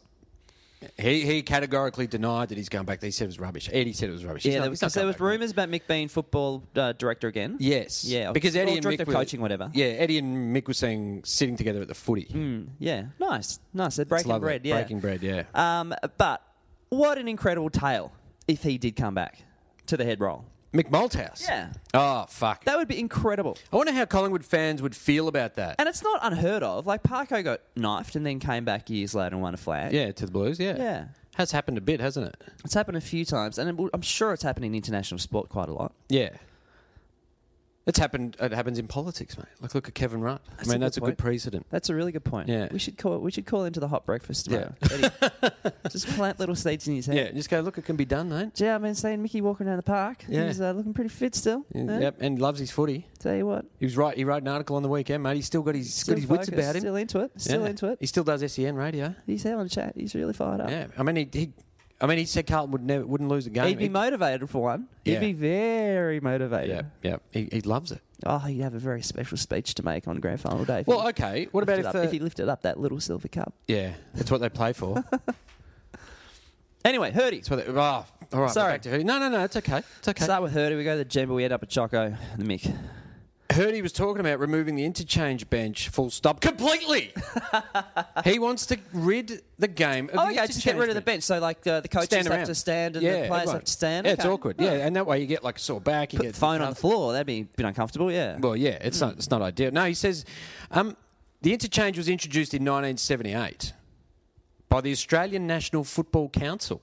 Speaker 3: He, he categorically denied that he's going back. there. He said it was rubbish. Eddie said it was rubbish. He's
Speaker 2: Yeah,
Speaker 3: not-
Speaker 2: there was,
Speaker 3: he's not
Speaker 2: 'cause there
Speaker 3: going
Speaker 2: was
Speaker 3: back, mate.
Speaker 2: rumours about Mick being football uh, director again.
Speaker 3: Yes.
Speaker 2: Yeah,
Speaker 3: Because
Speaker 2: or
Speaker 3: Eddie and
Speaker 2: director
Speaker 3: Mick
Speaker 2: of
Speaker 3: were,
Speaker 2: coaching, whatever.
Speaker 3: Yeah, Eddie and Mick were saying sitting together at the footy.
Speaker 2: Yeah, nice, nice. They're
Speaker 3: It's
Speaker 2: breaking
Speaker 3: lovely.
Speaker 2: bread. Yeah,
Speaker 3: Breaking bread. Yeah.
Speaker 2: Um, but what an incredible tale if he did come back to the head roll.
Speaker 3: Mick Malthouse.
Speaker 2: Yeah.
Speaker 3: Oh fuck.
Speaker 2: That would be incredible.
Speaker 3: I wonder how Collingwood fans would feel about that.
Speaker 2: And it's not unheard of. Like Parko got knifed and then came back years later and won a flag.
Speaker 3: yeah, to the Blues. Yeah.
Speaker 2: Yeah.
Speaker 3: Has happened a bit, hasn't it?
Speaker 2: It's happened a few times, and it will- I'm sure it's happened in international sport quite a lot.
Speaker 3: Yeah. It's happened. It happens in politics, mate. Like, look at Kevin Rudd.
Speaker 2: That's
Speaker 3: I
Speaker 2: a
Speaker 3: mean,
Speaker 2: good
Speaker 3: that's a
Speaker 2: point.
Speaker 3: good precedent.
Speaker 2: That's a really good point.
Speaker 3: Yeah.
Speaker 2: we should call we should call into the hot breakfast tomorrow. Eddie, just plant little seeds in his head.
Speaker 3: Yeah. Just go. Look, it can be done, mate.
Speaker 2: Yeah, I've been seeing Mickey walking around the park.
Speaker 3: Yeah.
Speaker 2: He's uh, looking pretty fit still. Yeah.
Speaker 3: Yep. And loves his footy.
Speaker 2: Tell you what.
Speaker 3: He was right. He wrote an article on the weekend, mate. He's still got his,
Speaker 2: Still
Speaker 3: got his wits
Speaker 2: focused,
Speaker 3: about him.
Speaker 2: Still into it. Still
Speaker 3: Yeah.
Speaker 2: into it.
Speaker 3: He still does SEN radio.
Speaker 2: He's having a chat. He's really fired up.
Speaker 3: Yeah, I mean, he, he I mean, he said Carlton would never wouldn't lose a game.
Speaker 2: He'd be
Speaker 3: He-
Speaker 2: motivated for one. He'd
Speaker 3: Yeah.
Speaker 2: be very motivated.
Speaker 3: yeah, yeah. He, he loves it.
Speaker 2: Oh, he'd have a very special speech to make on grand final day. if he
Speaker 3: Well, okay. What about
Speaker 2: lifted
Speaker 3: if,
Speaker 2: up-
Speaker 3: uh,
Speaker 2: if he lifted up that little silver cup?
Speaker 3: Yeah, that's what they play for.
Speaker 2: Anyway, Hurdy.
Speaker 3: that's what they, oh, all right. we're
Speaker 2: Sorry.
Speaker 3: Back to Hurdy. No, no, no. It's okay. It's okay.
Speaker 2: Start with Hurdy. We go to the Jemba. We end up at Choco. The
Speaker 3: Oh,
Speaker 2: Mick.
Speaker 3: Hurdy was talking about removing the interchange bench. Full stop. Completely. he wants to rid the game of
Speaker 2: Oh,
Speaker 3: the
Speaker 2: okay. Just get
Speaker 3: interchange
Speaker 2: rid of the bench. So, like, uh, the coaches
Speaker 3: Stand
Speaker 2: have
Speaker 3: around.
Speaker 2: to stand and the players
Speaker 3: everyone.
Speaker 2: have to stand.
Speaker 3: Yeah, it's
Speaker 2: Okay.
Speaker 3: awkward. Yeah, and that way you get like a sore back. You
Speaker 2: Put
Speaker 3: get
Speaker 2: the phone Hmm. on the floor. That'd be a bit uncomfortable. Yeah.
Speaker 3: Well, yeah, it's not it's not ideal. No, he says um, the interchange was introduced in 1978 by the Australian National Football Council.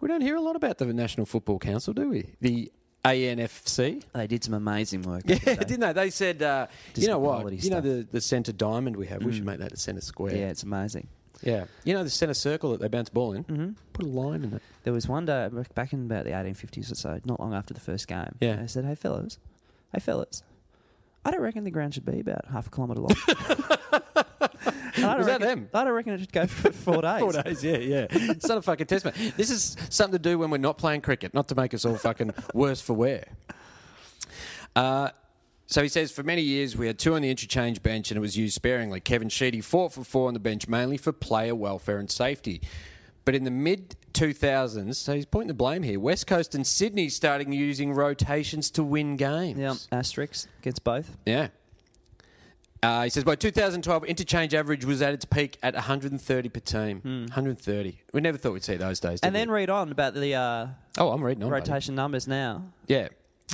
Speaker 3: We don't hear a lot about the National Football Council, do we? The ANFC.
Speaker 2: they did some amazing work.
Speaker 3: Yeah, didn't they? They said, uh, you know what?
Speaker 2: quality
Speaker 3: You know
Speaker 2: stuff. Mm.
Speaker 3: the, the centre diamond we have. We should make that a centre square.
Speaker 2: Yeah, it's amazing.
Speaker 3: Yeah. You know the centre circle that they bounce ball in. Mm-hmm. Put a line in it.
Speaker 2: There was one day back in about the 1850s or so, not long after the first game.
Speaker 3: Yeah.
Speaker 2: I said, "Hey fellas, hey fellas, I don't reckon the ground should be about half a kilometre long." And I don't
Speaker 3: Was that
Speaker 2: reckon-
Speaker 3: them?
Speaker 2: I don't reckon it should go for four days.
Speaker 3: Four days, yeah, yeah. It's not a fucking test match. This is something to do when we're not playing cricket, not to make us all fucking worse for wear. Uh, so he says, for many years we had two on the interchange bench and it was used sparingly. Kevin Sheedy fought for four on the bench mainly for player welfare and safety. But in the mid 2000s, so he's pointing the blame here, West Coast and Sydney starting using rotations to win games.
Speaker 2: Yeah, asterisks against both.
Speaker 3: Yeah. Uh, he says by 2012, interchange average was at its peak at 130 per team. 130. We never thought we'd see those days.
Speaker 2: Hmm.
Speaker 3: Did
Speaker 2: And then
Speaker 3: we?
Speaker 2: read on about the uh,
Speaker 3: oh, I'm reading on. buddy.
Speaker 2: rotation numbers now.
Speaker 3: Yeah.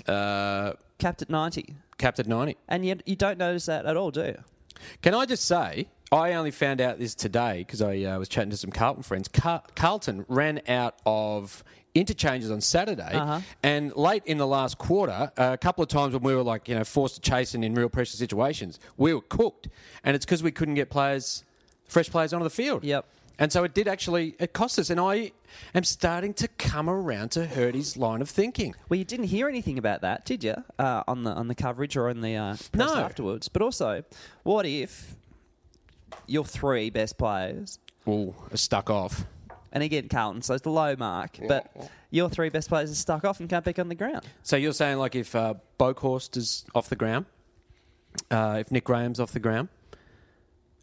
Speaker 3: Uh,
Speaker 2: Capped at 90.
Speaker 3: capped at 90.
Speaker 2: And yet you don't notice that at all, do you?
Speaker 3: Can I just say, I only found out this today because I uh, was chatting to some Carlton friends. Car- Carlton ran out of interchanges on Saturday, and late in the last quarter, uh, a couple of times when we were like, you know, forced to chase and in real pressure situations, we were cooked, and it's because we couldn't get players, fresh players onto the field.
Speaker 2: Yep.
Speaker 3: And so it did actually it cost us, and I am starting to come around to Hurdy's line of thinking.
Speaker 2: Well, you didn't hear anything about that, did you? Uh, on the on the coverage or in the uh, press
Speaker 3: No.
Speaker 2: afterwards. But also, what if your three best players,
Speaker 3: Ooh, stuck off.
Speaker 2: and again Carlton, so it's the low mark, but your three best players are stuck off and can't be on the ground.
Speaker 3: So you're saying like if uh, Bokhorst is off the ground, uh, if Nick Graham's off the ground,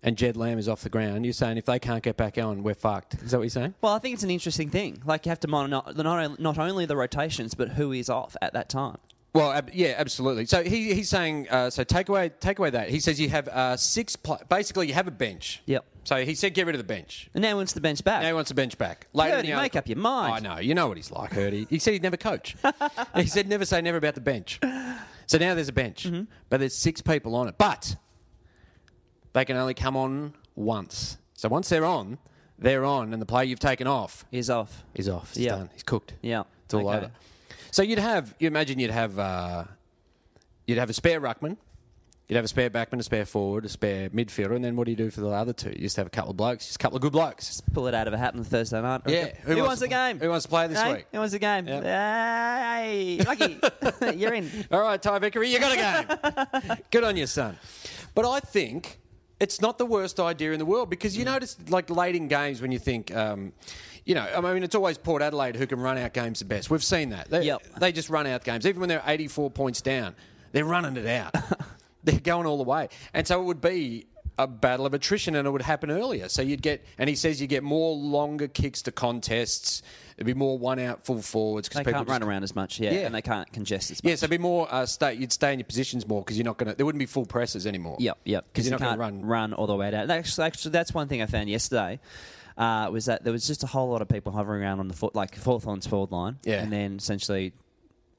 Speaker 3: and Jed Lamb is off the ground, you're saying if they can't get back on, we're fucked. Is that what you're saying?
Speaker 2: Well, I think it's an interesting thing. Like you have to monitor not not, on- not only the rotations, but who is off at that time.
Speaker 3: Well, ab- yeah, absolutely. So he, he's saying uh, so take away take away that he says you have uh, six pl- basically you have a bench.
Speaker 2: Yep.
Speaker 3: So he said get rid of the bench.
Speaker 2: And now it's the bench back.
Speaker 3: Now he wants the bench back. Later in
Speaker 2: Hurdy,
Speaker 3: the
Speaker 2: make
Speaker 3: article-
Speaker 2: up your mind.
Speaker 3: I know. You know what he's like, Hurdy. He said he'd never coach. he said never say never about the bench. So now there's a bench,
Speaker 2: Mm-hmm.
Speaker 3: but there's six people on it. But they can only come on once. So once they're on, they're on, and the player you've taken off
Speaker 2: Is off.
Speaker 3: is off. He's
Speaker 2: Yeah.
Speaker 3: done. He's cooked.
Speaker 2: Yeah.
Speaker 3: It's all
Speaker 2: Okay.
Speaker 3: over. So you'd have, you imagine you'd have, uh, you'd have a spare ruckman, you'd have a spare backman, a spare forward, a spare midfielder, and then what do you do for the other two? You just have a couple of blokes, just a couple of good blokes.
Speaker 2: Pull it out of a hat on the Thursday night.
Speaker 3: Yeah.
Speaker 2: Who, wants the
Speaker 3: to play-
Speaker 2: game?
Speaker 3: Who wants to play this
Speaker 2: Hey,
Speaker 3: week?
Speaker 2: Who wants the game? Hey, Lucky, you're in.
Speaker 3: All right, Ty Vickery, you got a game. Good on you, son. But I think it's not the worst idea in the world because
Speaker 2: Mm.
Speaker 3: you notice, like late in games, when you think, um, you know, I mean, it's always Port Adelaide who can run out games the best. We've seen that. They,
Speaker 2: Yep.
Speaker 3: they just run out games, even when they're 84 points down. They're running it out. they're going all the way, and so it would be. A battle of attrition, and it would happen earlier. So you'd get, and he says you get more longer kicks to contests. It'd be more one-out full forwards
Speaker 2: They
Speaker 3: people
Speaker 2: can't
Speaker 3: just-
Speaker 2: run around as much, yeah,
Speaker 3: Yeah.
Speaker 2: and they can't congest as much.
Speaker 3: yeah, so be more uh, stay. You'd stay in your positions more because you're not gonna. There wouldn't be full presses anymore.
Speaker 2: Yep, yep.
Speaker 3: Because you're
Speaker 2: you
Speaker 3: not
Speaker 2: can't
Speaker 3: gonna run.
Speaker 2: run all the way down. Actually, actually, that's one thing I found yesterday. Uh, was that there was just a whole lot of people hovering around on the foot, like Hawthorne's forward line,
Speaker 3: Yeah.
Speaker 2: and then essentially,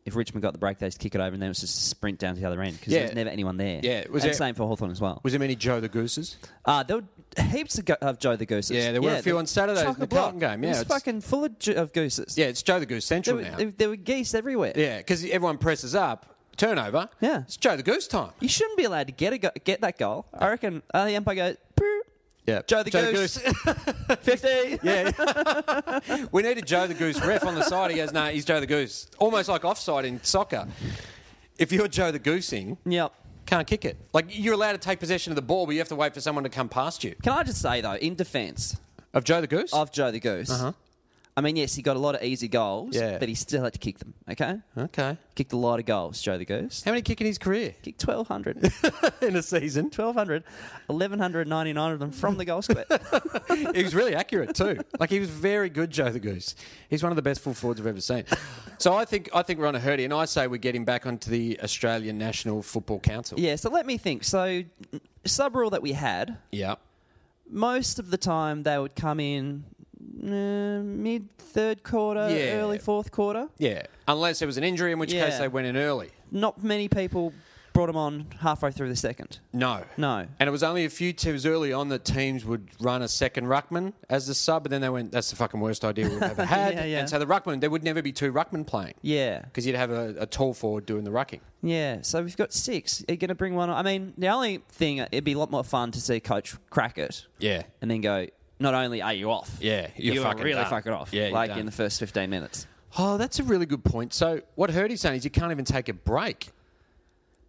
Speaker 2: if Richmond got the break, they just kick it over, and then it was just a sprint down to the other end because
Speaker 3: Yeah.
Speaker 2: there was never anyone there.
Speaker 3: Yeah, was
Speaker 2: and
Speaker 3: there-
Speaker 2: same for Hawthorn as well.
Speaker 3: Was there many Joe the Gooses?
Speaker 2: Uh, there were heaps of, go- of Joe the Gooses.
Speaker 3: Yeah, there were a few
Speaker 2: the-
Speaker 3: on Saturdays in the
Speaker 2: chock-a-block.
Speaker 3: Carlton game, yeah,
Speaker 2: it was
Speaker 3: it's-
Speaker 2: fucking full of, ju- of gooses.
Speaker 3: Yeah, it's Joe the Goose
Speaker 2: there
Speaker 3: Central
Speaker 2: were,
Speaker 3: now.
Speaker 2: there, there were geese everywhere.
Speaker 3: yeah, because everyone presses up, turnover.
Speaker 2: Yeah.
Speaker 3: it's Joe the Goose time.
Speaker 2: You shouldn't be allowed to get a go- get that goal. I reckon uh, the umpire goes, "Poo,
Speaker 3: Yeah,
Speaker 2: Joe the Goose, 50.
Speaker 3: yeah, we need a Joe the Goose ref on the side. He goes, no, he's Joe the Goose. Almost like offside in soccer. If you're Joe the Goosing,
Speaker 2: Yep.
Speaker 3: can't kick it. Like you're allowed to take possession of the ball, but you have to wait for someone to come past you.
Speaker 2: Can I just say, though, in defense
Speaker 3: Of Joe the Goose.
Speaker 2: of Joe the Goose, I mean, yes, he got a lot of easy goals,
Speaker 3: Uh-huh. Yeah.
Speaker 2: but he still had to kick them. Okay,
Speaker 3: Okay.
Speaker 2: kicked a lot of goals. Joe the Goose
Speaker 3: How many kick in his career
Speaker 2: kicked twelve hundred.
Speaker 3: in a season?
Speaker 2: 1,200, 1,199 of them from the goal square.
Speaker 3: he was really accurate too. Like he was very good, Joe the Goose. He's one of the best full forwards I've ever seen. So I think I think we're on a hurdy, and I say we get him back onto the Australian National Football Council.
Speaker 2: yeah, so let me think. So, sub rule that we had,
Speaker 3: Yeah.
Speaker 2: most of the time they would come in uh, mid third quarter,
Speaker 3: Yeah.
Speaker 2: early fourth quarter.
Speaker 3: Yeah. Unless there was an injury, in which
Speaker 2: Yeah.
Speaker 3: case they went in early.
Speaker 2: Not many people brought them on halfway through the second.
Speaker 3: No.
Speaker 2: No.
Speaker 3: And it was only a few teams early on that teams would run a second ruckman as the sub, but then they went, that's the fucking worst idea we've ever had.
Speaker 2: Yeah, yeah.
Speaker 3: And so the ruckman, there would never be two ruckmen playing
Speaker 2: Yeah,
Speaker 3: because you'd have a, a tall forward doing the rucking.
Speaker 2: yeah. So we've got six. Are you going to bring one on? I mean, the only thing, it'd be a lot more fun to see Coach crack it
Speaker 3: Yeah.
Speaker 2: and then go, not only are you off,
Speaker 3: Yeah, you're
Speaker 2: you are
Speaker 3: fucking
Speaker 2: really
Speaker 3: done.
Speaker 2: fucking off.
Speaker 3: Yeah, you're
Speaker 2: like
Speaker 3: done.
Speaker 2: in the first 15 minutes.
Speaker 3: Oh, that's a really good point. So what Hurdy's saying is you can't even take a break.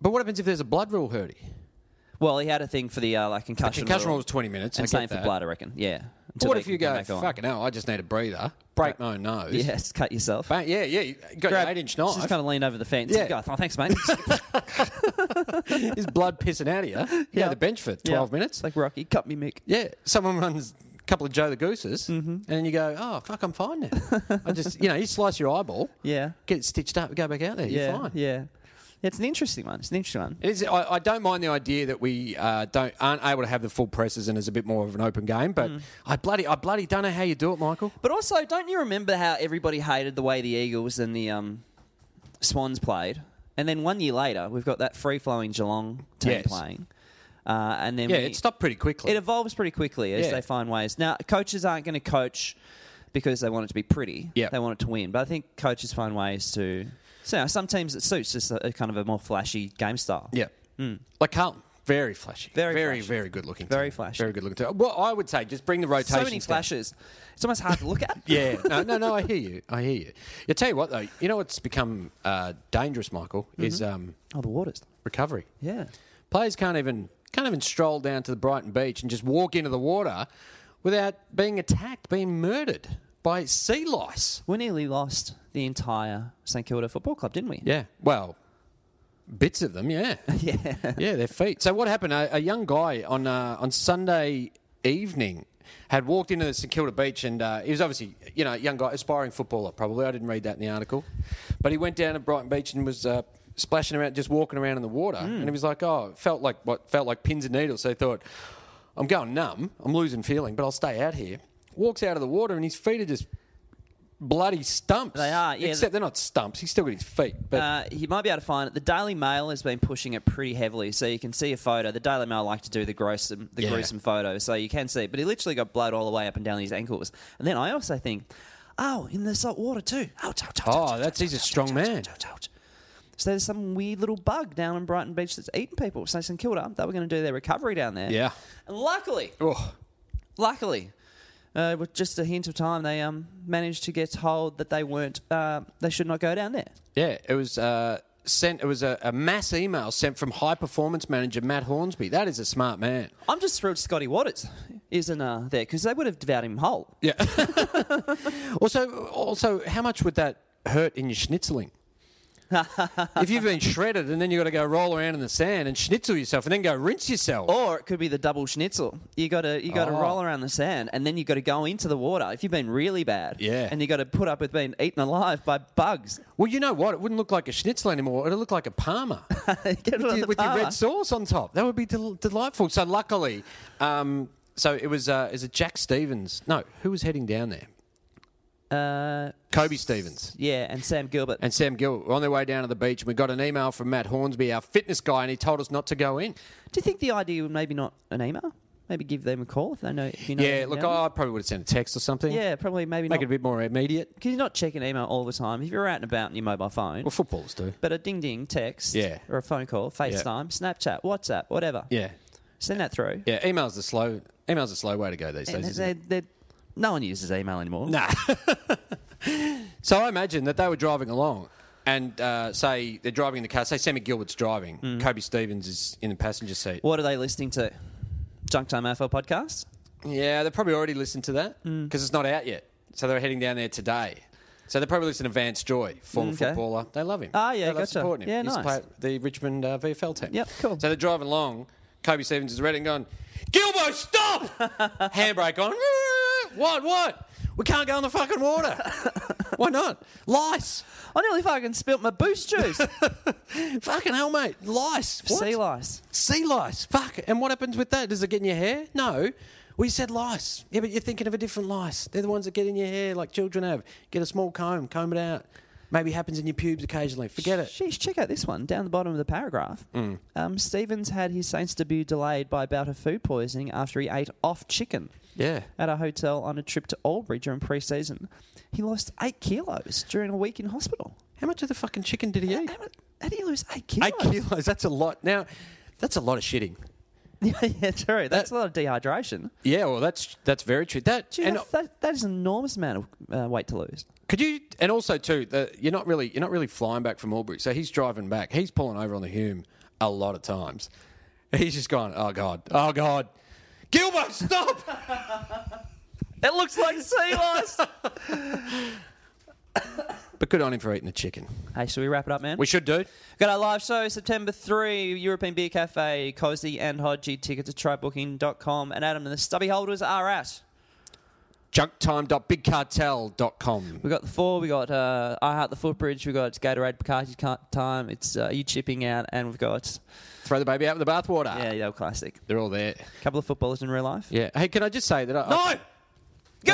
Speaker 3: But what happens if there's a blood rule, Hurdy?
Speaker 2: Well, he had a thing for the uh, like concussion.
Speaker 3: Concussion rule is 20 minutes.
Speaker 2: and
Speaker 3: I get
Speaker 2: same for
Speaker 3: that.
Speaker 2: blood, I reckon. Yeah.
Speaker 3: But
Speaker 2: Until
Speaker 3: what
Speaker 2: they
Speaker 3: if you
Speaker 2: can come
Speaker 3: go,
Speaker 2: back on.
Speaker 3: fucking hell, I just need a breather, break my own nose?
Speaker 2: Yes, cut yourself.
Speaker 3: Bang, yeah, yeah. You got your eight-inch knife.
Speaker 2: Just kind of lean over the fence.
Speaker 3: Yeah.
Speaker 2: Go, oh, thanks, mate.
Speaker 3: His blood pissing out of you. You go
Speaker 2: Yeah.
Speaker 3: to the bench for 12
Speaker 2: Yeah.
Speaker 3: minutes.
Speaker 2: It's like Rocky, cut me, Mick.
Speaker 3: Yeah, someone runs a couple of Joe the Gooses,
Speaker 2: Mm-hmm.
Speaker 3: and then you go, "Oh fuck, I'm fine now." I just, you know, you slice your eyeball,
Speaker 2: Yeah.
Speaker 3: get it stitched up, go back out there,
Speaker 2: yeah.
Speaker 3: you're fine.
Speaker 2: Yeah. It's an interesting one. It's an interesting one.
Speaker 3: It is, I, I don't mind the idea that we uh, don't aren't able to have the full presses and it's a bit more of an open game, but
Speaker 2: Mm.
Speaker 3: I bloody I bloody don't know how you do it, Michael.
Speaker 2: But also, don't you remember how everybody hated the way the Eagles and the um, Swans played? And then one year later, we've got that free flowing Geelong team
Speaker 3: Yes.
Speaker 2: playing. Uh, and then
Speaker 3: Yeah,
Speaker 2: we-
Speaker 3: it stopped pretty quickly.
Speaker 2: It evolves pretty quickly as
Speaker 3: Yeah.
Speaker 2: they find ways. Now, coaches aren't going to coach because they want it to be pretty.
Speaker 3: Yep.
Speaker 2: They want it to win. But I think coaches find ways to. So you know, some teams it suits just a, a kind of a more flashy game style.
Speaker 3: yeah, like Carlton, very flashy,
Speaker 2: mm. Very
Speaker 3: very
Speaker 2: flashy.
Speaker 3: very good looking,
Speaker 2: Very
Speaker 3: team.
Speaker 2: flashy.
Speaker 3: very good looking. Team. Well, I would say just bring the rotation.
Speaker 2: So many flashes. It's almost hard to look at.
Speaker 3: Yeah, no, no, no. I hear you. I hear you. I tell you what, though, you know what's become uh, dangerous, Michael, is um,
Speaker 2: Oh, the waters.
Speaker 3: recovery.
Speaker 2: Yeah.
Speaker 3: Players can't even can't even stroll down to the Brighton beach and just walk into the water without being attacked, being murdered by sea lice.
Speaker 2: We nearly lost the entire St Kilda Football Club, didn't we?
Speaker 3: Yeah. Well, bits of them. Yeah.
Speaker 2: Yeah.
Speaker 3: yeah, their feet. So what happened? A, a young guy on uh, on Sunday evening had walked into the St Kilda beach, and uh, he was obviously you know a young guy, aspiring footballer probably. I didn't read that in the article, but he went down to Brighton Beach and was. Uh, Splashing around, just walking around in the water,
Speaker 2: Hmm.
Speaker 3: and he was like, "Oh, it felt like what felt like pins and needles." So he thought, "I'm going numb, I'm losing feeling, but I'll stay out here." Walks out of the water, and his feet are just bloody stumps.
Speaker 2: They are, yeah.
Speaker 3: Except they're not stumps. He's still got his feet, but
Speaker 2: Uh, you might be able to find it. The Daily Mail has been pushing it pretty heavily, so you can see a photo. The Daily Mail like to do the gruesome, the
Speaker 3: Yeah.
Speaker 2: gruesome photos, so you can see. it. But he literally got blood all the way up and down his ankles. And then I also think, oh, in the salt water too. Ouch, ouch, ouch,
Speaker 3: Oh,
Speaker 2: ouch, ouch,
Speaker 3: that's- he's a
Speaker 2: ouch,
Speaker 3: strong
Speaker 2: ouch,
Speaker 3: man.
Speaker 2: ouch, ouch, ouch. So there's some weird little bug down in Brighton Beach that's eating people. So St Kilda, they were going to do their recovery down there.
Speaker 3: Yeah.
Speaker 2: And luckily,
Speaker 3: oh,
Speaker 2: luckily, uh, with just a hint of time, they um, managed to get told that they weren't, uh, they should not go down there.
Speaker 3: Yeah, it was uh, sent. It was a, a mass email sent from high performance manager Matt Hornsby. That is a smart man.
Speaker 2: I'm just thrilled Scotty Waters isn't uh, there because they would have devoured him whole.
Speaker 3: Yeah. also, also, how much would that hurt in your schnitzeling? if you've been shredded and then you've got to go roll around in the sand and schnitzel yourself and then go rinse yourself.
Speaker 2: Or it could be the double schnitzel. You got to you got to
Speaker 3: Oh.
Speaker 2: roll around the sand and then you got to go into the water if you've been really bad.
Speaker 3: Yeah.
Speaker 2: and you got to put up with being eaten alive by bugs.
Speaker 3: Well, you know what? It wouldn't look like a schnitzel anymore. It'd look like a parma.
Speaker 2: Get rid of
Speaker 3: with,
Speaker 2: the
Speaker 3: your, with your
Speaker 2: power.
Speaker 3: red sauce on top. That would be del- delightful. So luckily, um, so it was uh, is it Jack Stevens? No, who was heading down there?
Speaker 2: Uh,
Speaker 3: Kobe Stevens.
Speaker 2: yeah, and Sam Gilbert.
Speaker 3: and Sam Gill were on their way down to the beach. and We got an email from Matt Hornsby, our fitness guy, and he told us not to go in.
Speaker 2: Do you think the idea would maybe not an email? Maybe give them a call if they know. If you know
Speaker 3: yeah,
Speaker 2: them
Speaker 3: look,
Speaker 2: down
Speaker 3: I probably would have sent a text or something.
Speaker 2: there. yeah, probably maybe
Speaker 3: make
Speaker 2: not.
Speaker 3: it a bit more immediate.
Speaker 2: Because you're not checking email all the time. If you're out and about on your mobile phone,
Speaker 3: Well, footballers do.
Speaker 2: but a ding ding text,
Speaker 3: Yeah.
Speaker 2: or a phone call, FaceTime, Snapchat, WhatsApp, whatever.
Speaker 3: Yeah,
Speaker 2: Send that through.
Speaker 3: yeah. Emails the slow. Emails the slow way to go these days. Isn't
Speaker 2: They're-
Speaker 3: it?
Speaker 2: they're- no one uses email anymore.
Speaker 3: Nah. so I imagine that they were driving along. And uh, say they're driving in the car. Say Sammy Gilbert's driving. Kobe Stevens is in the passenger seat.
Speaker 2: What are they listening to? Junk Time AFL podcast? Mm.
Speaker 3: Yeah, they probably already listened to that because it's not out yet. So they were heading down there today. So they're probably listening to Vance Joy, former
Speaker 2: Mm, Okay.
Speaker 3: footballer. They love him.
Speaker 2: Ah, yeah,
Speaker 3: they love
Speaker 2: gotcha.
Speaker 3: supporting him.
Speaker 2: Yeah,
Speaker 3: he used to
Speaker 2: nice.
Speaker 3: play at the Richmond uh, VFL team.
Speaker 2: Yep, cool.
Speaker 3: So they're driving along. Kobe Stevens is ready and going, Gilbo, stop! Handbrake on. What, what? We can't go in the fucking water. Why not? Lice.
Speaker 2: I nearly fucking spilt my boost juice.
Speaker 3: Fucking hell, mate. Lice. What?
Speaker 2: sea lice.
Speaker 3: Sea lice. Fuck. And what happens with that? Does it get in your hair? No. We said lice. Yeah, but you're thinking of a different lice. They're the ones that get in your hair, like children have. Get a small comb, comb it out. Maybe happens in your pubes occasionally. Forget it. Mm.
Speaker 2: Sheesh, check out this one down the bottom of the paragraph. Um, Stevens had his Saints debut delayed by a bout of food poisoning after he ate off chicken
Speaker 3: Yeah.
Speaker 2: at a hotel on a trip to Albury during pre season. He lost eight kilos during a week in hospital.
Speaker 3: How much of the fucking chicken did he eat?
Speaker 2: How, mu- how do you lose eight kilos?
Speaker 3: Eight kilos. That's a lot. Now, that's a lot of shitting.
Speaker 2: yeah, true. That's a lot of dehydration.
Speaker 3: Yeah, well, that's that's very true. That
Speaker 2: Gee,
Speaker 3: and
Speaker 2: that's- that, that is an enormous amount of uh, weight to lose.
Speaker 3: Could you? And also too, the, you're not really you're not really flying back from Albury. So he's driving back. He's pulling over on the Hume a lot of times. He's just going, oh god, oh god, Gilbert, stop!
Speaker 2: It looks like sea lice.
Speaker 3: but good on him for eating the chicken.
Speaker 2: hey, should we wrap it up, man?
Speaker 3: We should do.
Speaker 2: Got our live show September 3, European Beer Cafe, Cozy and Hodgie. Tickets at trybooking.com. And Adam and the stubby holders are at.
Speaker 3: Junktime.bigcartel.com.
Speaker 2: We got the four, we got uh, I Heart the Footbridge, we got Gatorade Bacardi Ca- time, it's uh, You Chipping Out, and we've got,
Speaker 3: Throw the baby out with the bathwater.
Speaker 2: yeah, yeah, classic.
Speaker 3: They're all there.
Speaker 2: A couple of footballers in real life.
Speaker 3: Yeah. Hey, can I just say that I,
Speaker 2: No!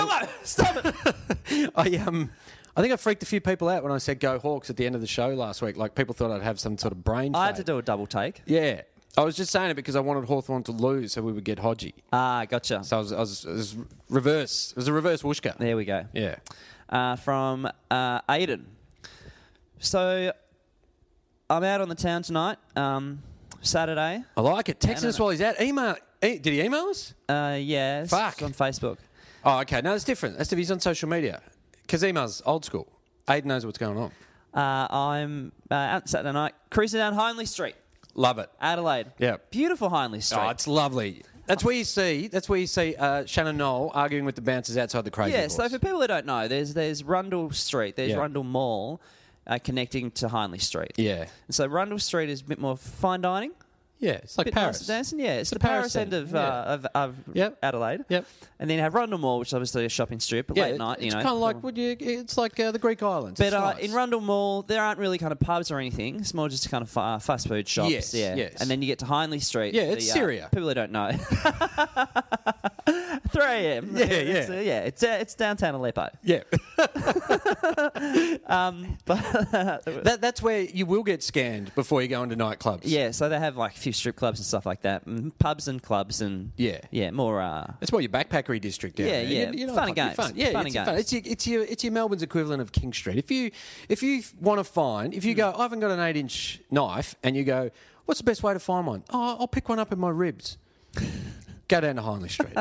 Speaker 2: Gilbo! Stop it!
Speaker 3: I um I think I freaked a few people out when I said go Hawks at the end of the show last week. Like people thought I'd have some sort of brain.
Speaker 2: I had to
Speaker 3: fade.
Speaker 2: do a double take.
Speaker 3: Yeah. I was just saying it because I wanted Hawthorn to lose so we would get Hodgie.
Speaker 2: Ah, gotcha.
Speaker 3: So I was, I was, it was reverse. It was a reverse whooshka.
Speaker 2: There we go.
Speaker 3: Yeah.
Speaker 2: uh, from uh, Aiden. So I'm out on the town tonight, um, Saturday.
Speaker 3: I like it. Text
Speaker 2: No, no,
Speaker 3: us
Speaker 2: no.
Speaker 3: while he's out. Email. e- Did he email us?
Speaker 2: Uh, yeah, it's
Speaker 3: Fuck.
Speaker 2: on Facebook.
Speaker 3: Oh, okay. No, that's different. That's if he's on social media. Because email's old school. Aiden knows what's going on.
Speaker 2: Uh, I'm uh, out Saturday night cruising down Hindley Street,
Speaker 3: Love it.
Speaker 2: Adelaide.
Speaker 3: Yeah.
Speaker 2: beautiful Hindley Street.
Speaker 3: Oh, it's lovely. That's where you see. That's where you see uh, Shannon Knoll arguing with the bouncers outside the crazy.
Speaker 2: yeah. So
Speaker 3: Horse.
Speaker 2: for people who don't know, there's there's Rundle Street, there's
Speaker 3: Yeah.
Speaker 2: Rundle Mall, uh, connecting to Hindley Street.
Speaker 3: yeah,
Speaker 2: And so Rundle Street is a bit more fine dining.
Speaker 3: yeah. It's like
Speaker 2: bit
Speaker 3: Paris.
Speaker 2: nicer dancing. Yeah, it's,
Speaker 3: a
Speaker 2: the
Speaker 3: Paris
Speaker 2: Paris, end
Speaker 3: thing,
Speaker 2: of,
Speaker 3: yeah.
Speaker 2: uh, of, of
Speaker 3: Yep.
Speaker 2: Adelaide.
Speaker 3: Yep.
Speaker 2: And then have Rundle Mall, which is obviously a shopping strip, but
Speaker 3: yeah,
Speaker 2: late night,
Speaker 3: it's
Speaker 2: you know.
Speaker 3: kind of like would you? It's like uh, the Greek islands.
Speaker 2: But
Speaker 3: It's
Speaker 2: uh,
Speaker 3: nice.
Speaker 2: in Rundle Mall, there aren't really kind of pubs or anything. It's more just kind of fa- fast food shops.
Speaker 3: Yes,
Speaker 2: yeah.
Speaker 3: yes.
Speaker 2: And then you get to Hindley Street.
Speaker 3: Yeah, it's
Speaker 2: the, uh,
Speaker 3: Syria.
Speaker 2: people who don't know. 3 a.m.
Speaker 3: Yeah,
Speaker 2: It's,
Speaker 3: yeah.
Speaker 2: uh, yeah, it's, uh, it's downtown Aleppo.
Speaker 3: yeah.
Speaker 2: But
Speaker 3: Um, That, that's where you will get scanned before you go into nightclubs.
Speaker 2: yeah, so they have like a few strip clubs and stuff like that. Mm, pubs and clubs and.
Speaker 3: Yeah.
Speaker 2: Yeah, more. Uh,
Speaker 3: That's why your backpackery district. Down
Speaker 2: Yeah,
Speaker 3: there.
Speaker 2: yeah.
Speaker 3: You- you know,
Speaker 2: Fun and
Speaker 3: you're
Speaker 2: games.
Speaker 3: Yeah,
Speaker 2: Fun
Speaker 3: it's
Speaker 2: and
Speaker 3: fun.
Speaker 2: games.
Speaker 3: It's your, it's your it's your Melbourne's equivalent of King Street. If you if you want to find
Speaker 2: Hmm.
Speaker 3: if you go, I haven't got an eight inch knife, and you go, what's the best way to find one? Oh, I'll pick one up in my ribs. go down to Hindley Street.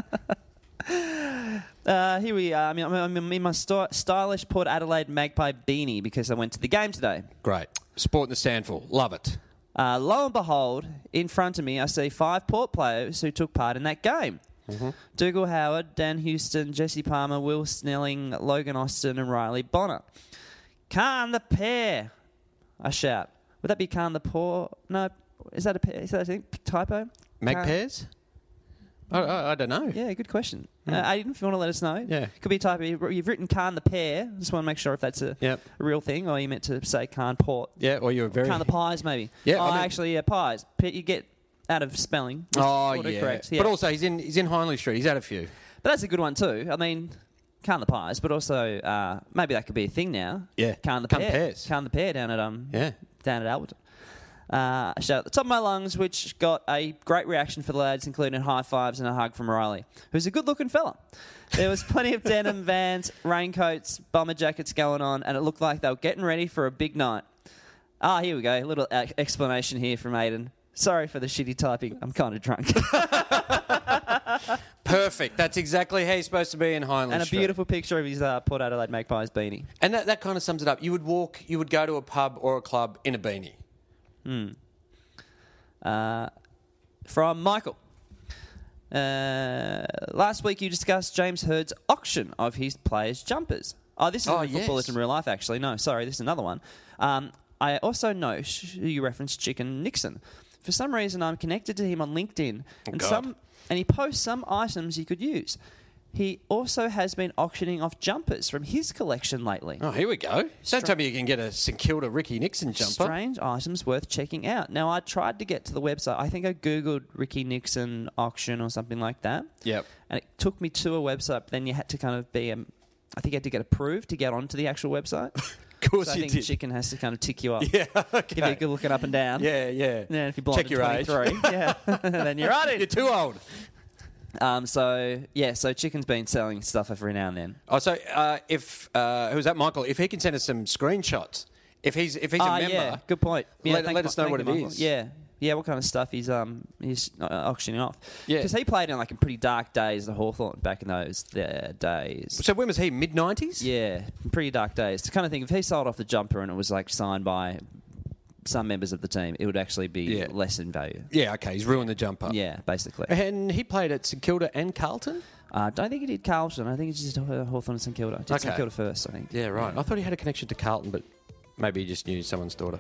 Speaker 2: Uh, here we are. I mean, I'm, I'm in my sti- stylish Port Adelaide Magpie beanie because I went to the game today.
Speaker 3: Great. Sport in the sandful. Love it.
Speaker 2: Uh, lo and behold, in front of me, I see five Port players who took part in that game. Dougal Howard, Dan Houston, Jesse Palmer, Will Snelling, Logan Austin, and Riley Bonner. Khan the pair, I shout. Would that be Khan the poor? No, is that a pair? Is that a thing? typo?
Speaker 3: Mag
Speaker 2: Khan-
Speaker 3: pairs. I, I, I don't know.
Speaker 2: Yeah, good question. Uh, Aiden, if you want to let us know,
Speaker 3: Hmm. Yeah.
Speaker 2: could be a type. Of, you've written Khan the pair. Just want to make sure if that's a,
Speaker 3: Yep.
Speaker 2: a real thing, or you meant to say Khan Port,
Speaker 3: Yeah, or you're very
Speaker 2: Khan the pies, maybe.
Speaker 3: Yeah,
Speaker 2: oh,
Speaker 3: I mean-
Speaker 2: actually, yeah, pies. P- You get out of spelling.
Speaker 3: Oh
Speaker 2: Autocorrect,
Speaker 3: yeah.
Speaker 2: yeah.
Speaker 3: but also he's in he's in Hindley Street. He's had a few.
Speaker 2: But that's a good one too. I mean, Khan the pies, but also uh, maybe that could be a thing now.
Speaker 3: Yeah.
Speaker 2: Khan the
Speaker 3: Khan
Speaker 2: pair,
Speaker 3: pairs.
Speaker 2: Khan the pair down at um,
Speaker 3: Yeah.
Speaker 2: down at Albert. Uh, a shout at the top of my lungs, which got a great reaction for the lads, including high fives and a hug from Riley, who's a good looking fella. There was plenty of denim, vans, raincoats, bomber jackets going on, and it looked like they were getting ready for a big night. Ah, here we go. A little uh, explanation here from Aiden. Sorry for the shitty typing. I'm kind of drunk.
Speaker 3: Perfect. That's exactly how you're supposed to be in Hindley
Speaker 2: and a
Speaker 3: Street.
Speaker 2: beautiful picture of his uh, Port Adelaide Magpies beanie.
Speaker 3: And that, that kind of sums it up. You would walk, you would go to a pub or a club in a beanie.
Speaker 2: uh, from Michael. Uh, last week you discussed James Heard's auction of his players' jumpers. Oh, this is
Speaker 3: Oh,
Speaker 2: a football
Speaker 3: yes.
Speaker 2: that's in real life, actually. No, sorry, this is another one. Um, I also know sh- you referenced Chicken Nixon. For some reason, I'm connected to him on LinkedIn, and
Speaker 3: Oh, God.
Speaker 2: some and he posts some items you could use. He also has been auctioning off jumpers from his collection lately.
Speaker 3: Oh, here we go. Don't tell me you can get a St Kilda Ricky Nixon jumper.
Speaker 2: Strange items worth checking out. Now, I tried to get to the website. I think I Googled Ricky Nixon auction or something like that.
Speaker 3: Yep.
Speaker 2: And it took me to a website, but then you had to kind of be, um, I think you had to get approved to get onto the actual website.
Speaker 3: Of course
Speaker 2: so I
Speaker 3: you
Speaker 2: think
Speaker 3: did.
Speaker 2: chicken has to kind of tick you up.
Speaker 3: Yeah,
Speaker 2: Give you a
Speaker 3: okay.
Speaker 2: good looking up and down.
Speaker 3: Yeah, yeah.
Speaker 2: And then if you're blind
Speaker 3: Check your
Speaker 2: at
Speaker 3: age.
Speaker 2: 23, yeah, then you're
Speaker 3: Right,
Speaker 2: right
Speaker 3: You're
Speaker 2: in.
Speaker 3: too old.
Speaker 2: Um, so, yeah, so Chicken's been selling stuff every now and then.
Speaker 3: Oh, so uh, if uh, who's that, Michael? If he can send us some screenshots, if he's if he's
Speaker 2: Ah,
Speaker 3: a member,
Speaker 2: yeah, good point. Yeah,
Speaker 3: Let-
Speaker 2: thank
Speaker 3: let
Speaker 2: Mi-
Speaker 3: us know
Speaker 2: thank
Speaker 3: what
Speaker 2: you,
Speaker 3: it
Speaker 2: Michael.
Speaker 3: is.
Speaker 2: Yeah, yeah, what kind of stuff he's um he's uh, auctioning off?
Speaker 3: Yeah.
Speaker 2: because he played in like in pretty dark days, the Hawthorn back in those uh, days.
Speaker 3: so when was he? Mid nineties.
Speaker 2: Yeah, pretty dark days. To kind of think, if he sold off the jumper and it was like signed by some members of the team, it would actually be
Speaker 3: Yeah.
Speaker 2: less in value.
Speaker 3: Yeah. Okay. He's ruined the jumper.
Speaker 2: Yeah, basically.
Speaker 3: And he played at St Kilda and Carlton.
Speaker 2: I don't think he did Carlton. I think he just did uh, Hawthorn and St Kilda. Did St
Speaker 3: Okay.
Speaker 2: Kilda first, I think.
Speaker 3: Yeah. Right. I thought he had a connection to Carlton, but maybe he just knew someone's daughter.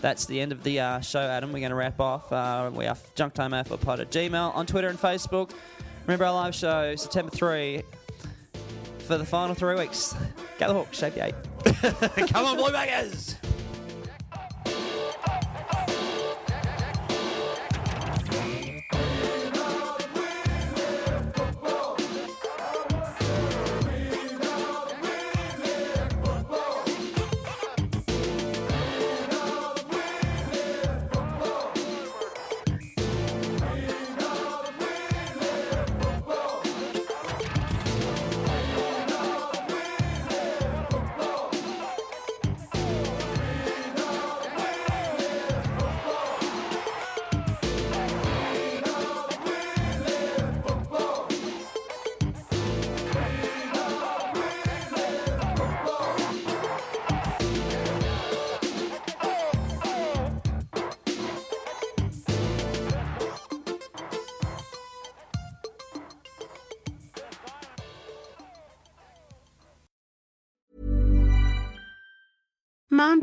Speaker 2: That's the end of the uh, show, Adam. We're going to wrap off. Uh, we are Junk Time AFL Pod at Gmail, on Twitter and Facebook. Remember our live show, September 3, for the final three weeks. Go the Hawks, shape the eight.
Speaker 3: Come on, Bluebaggers!
Speaker 4: Mom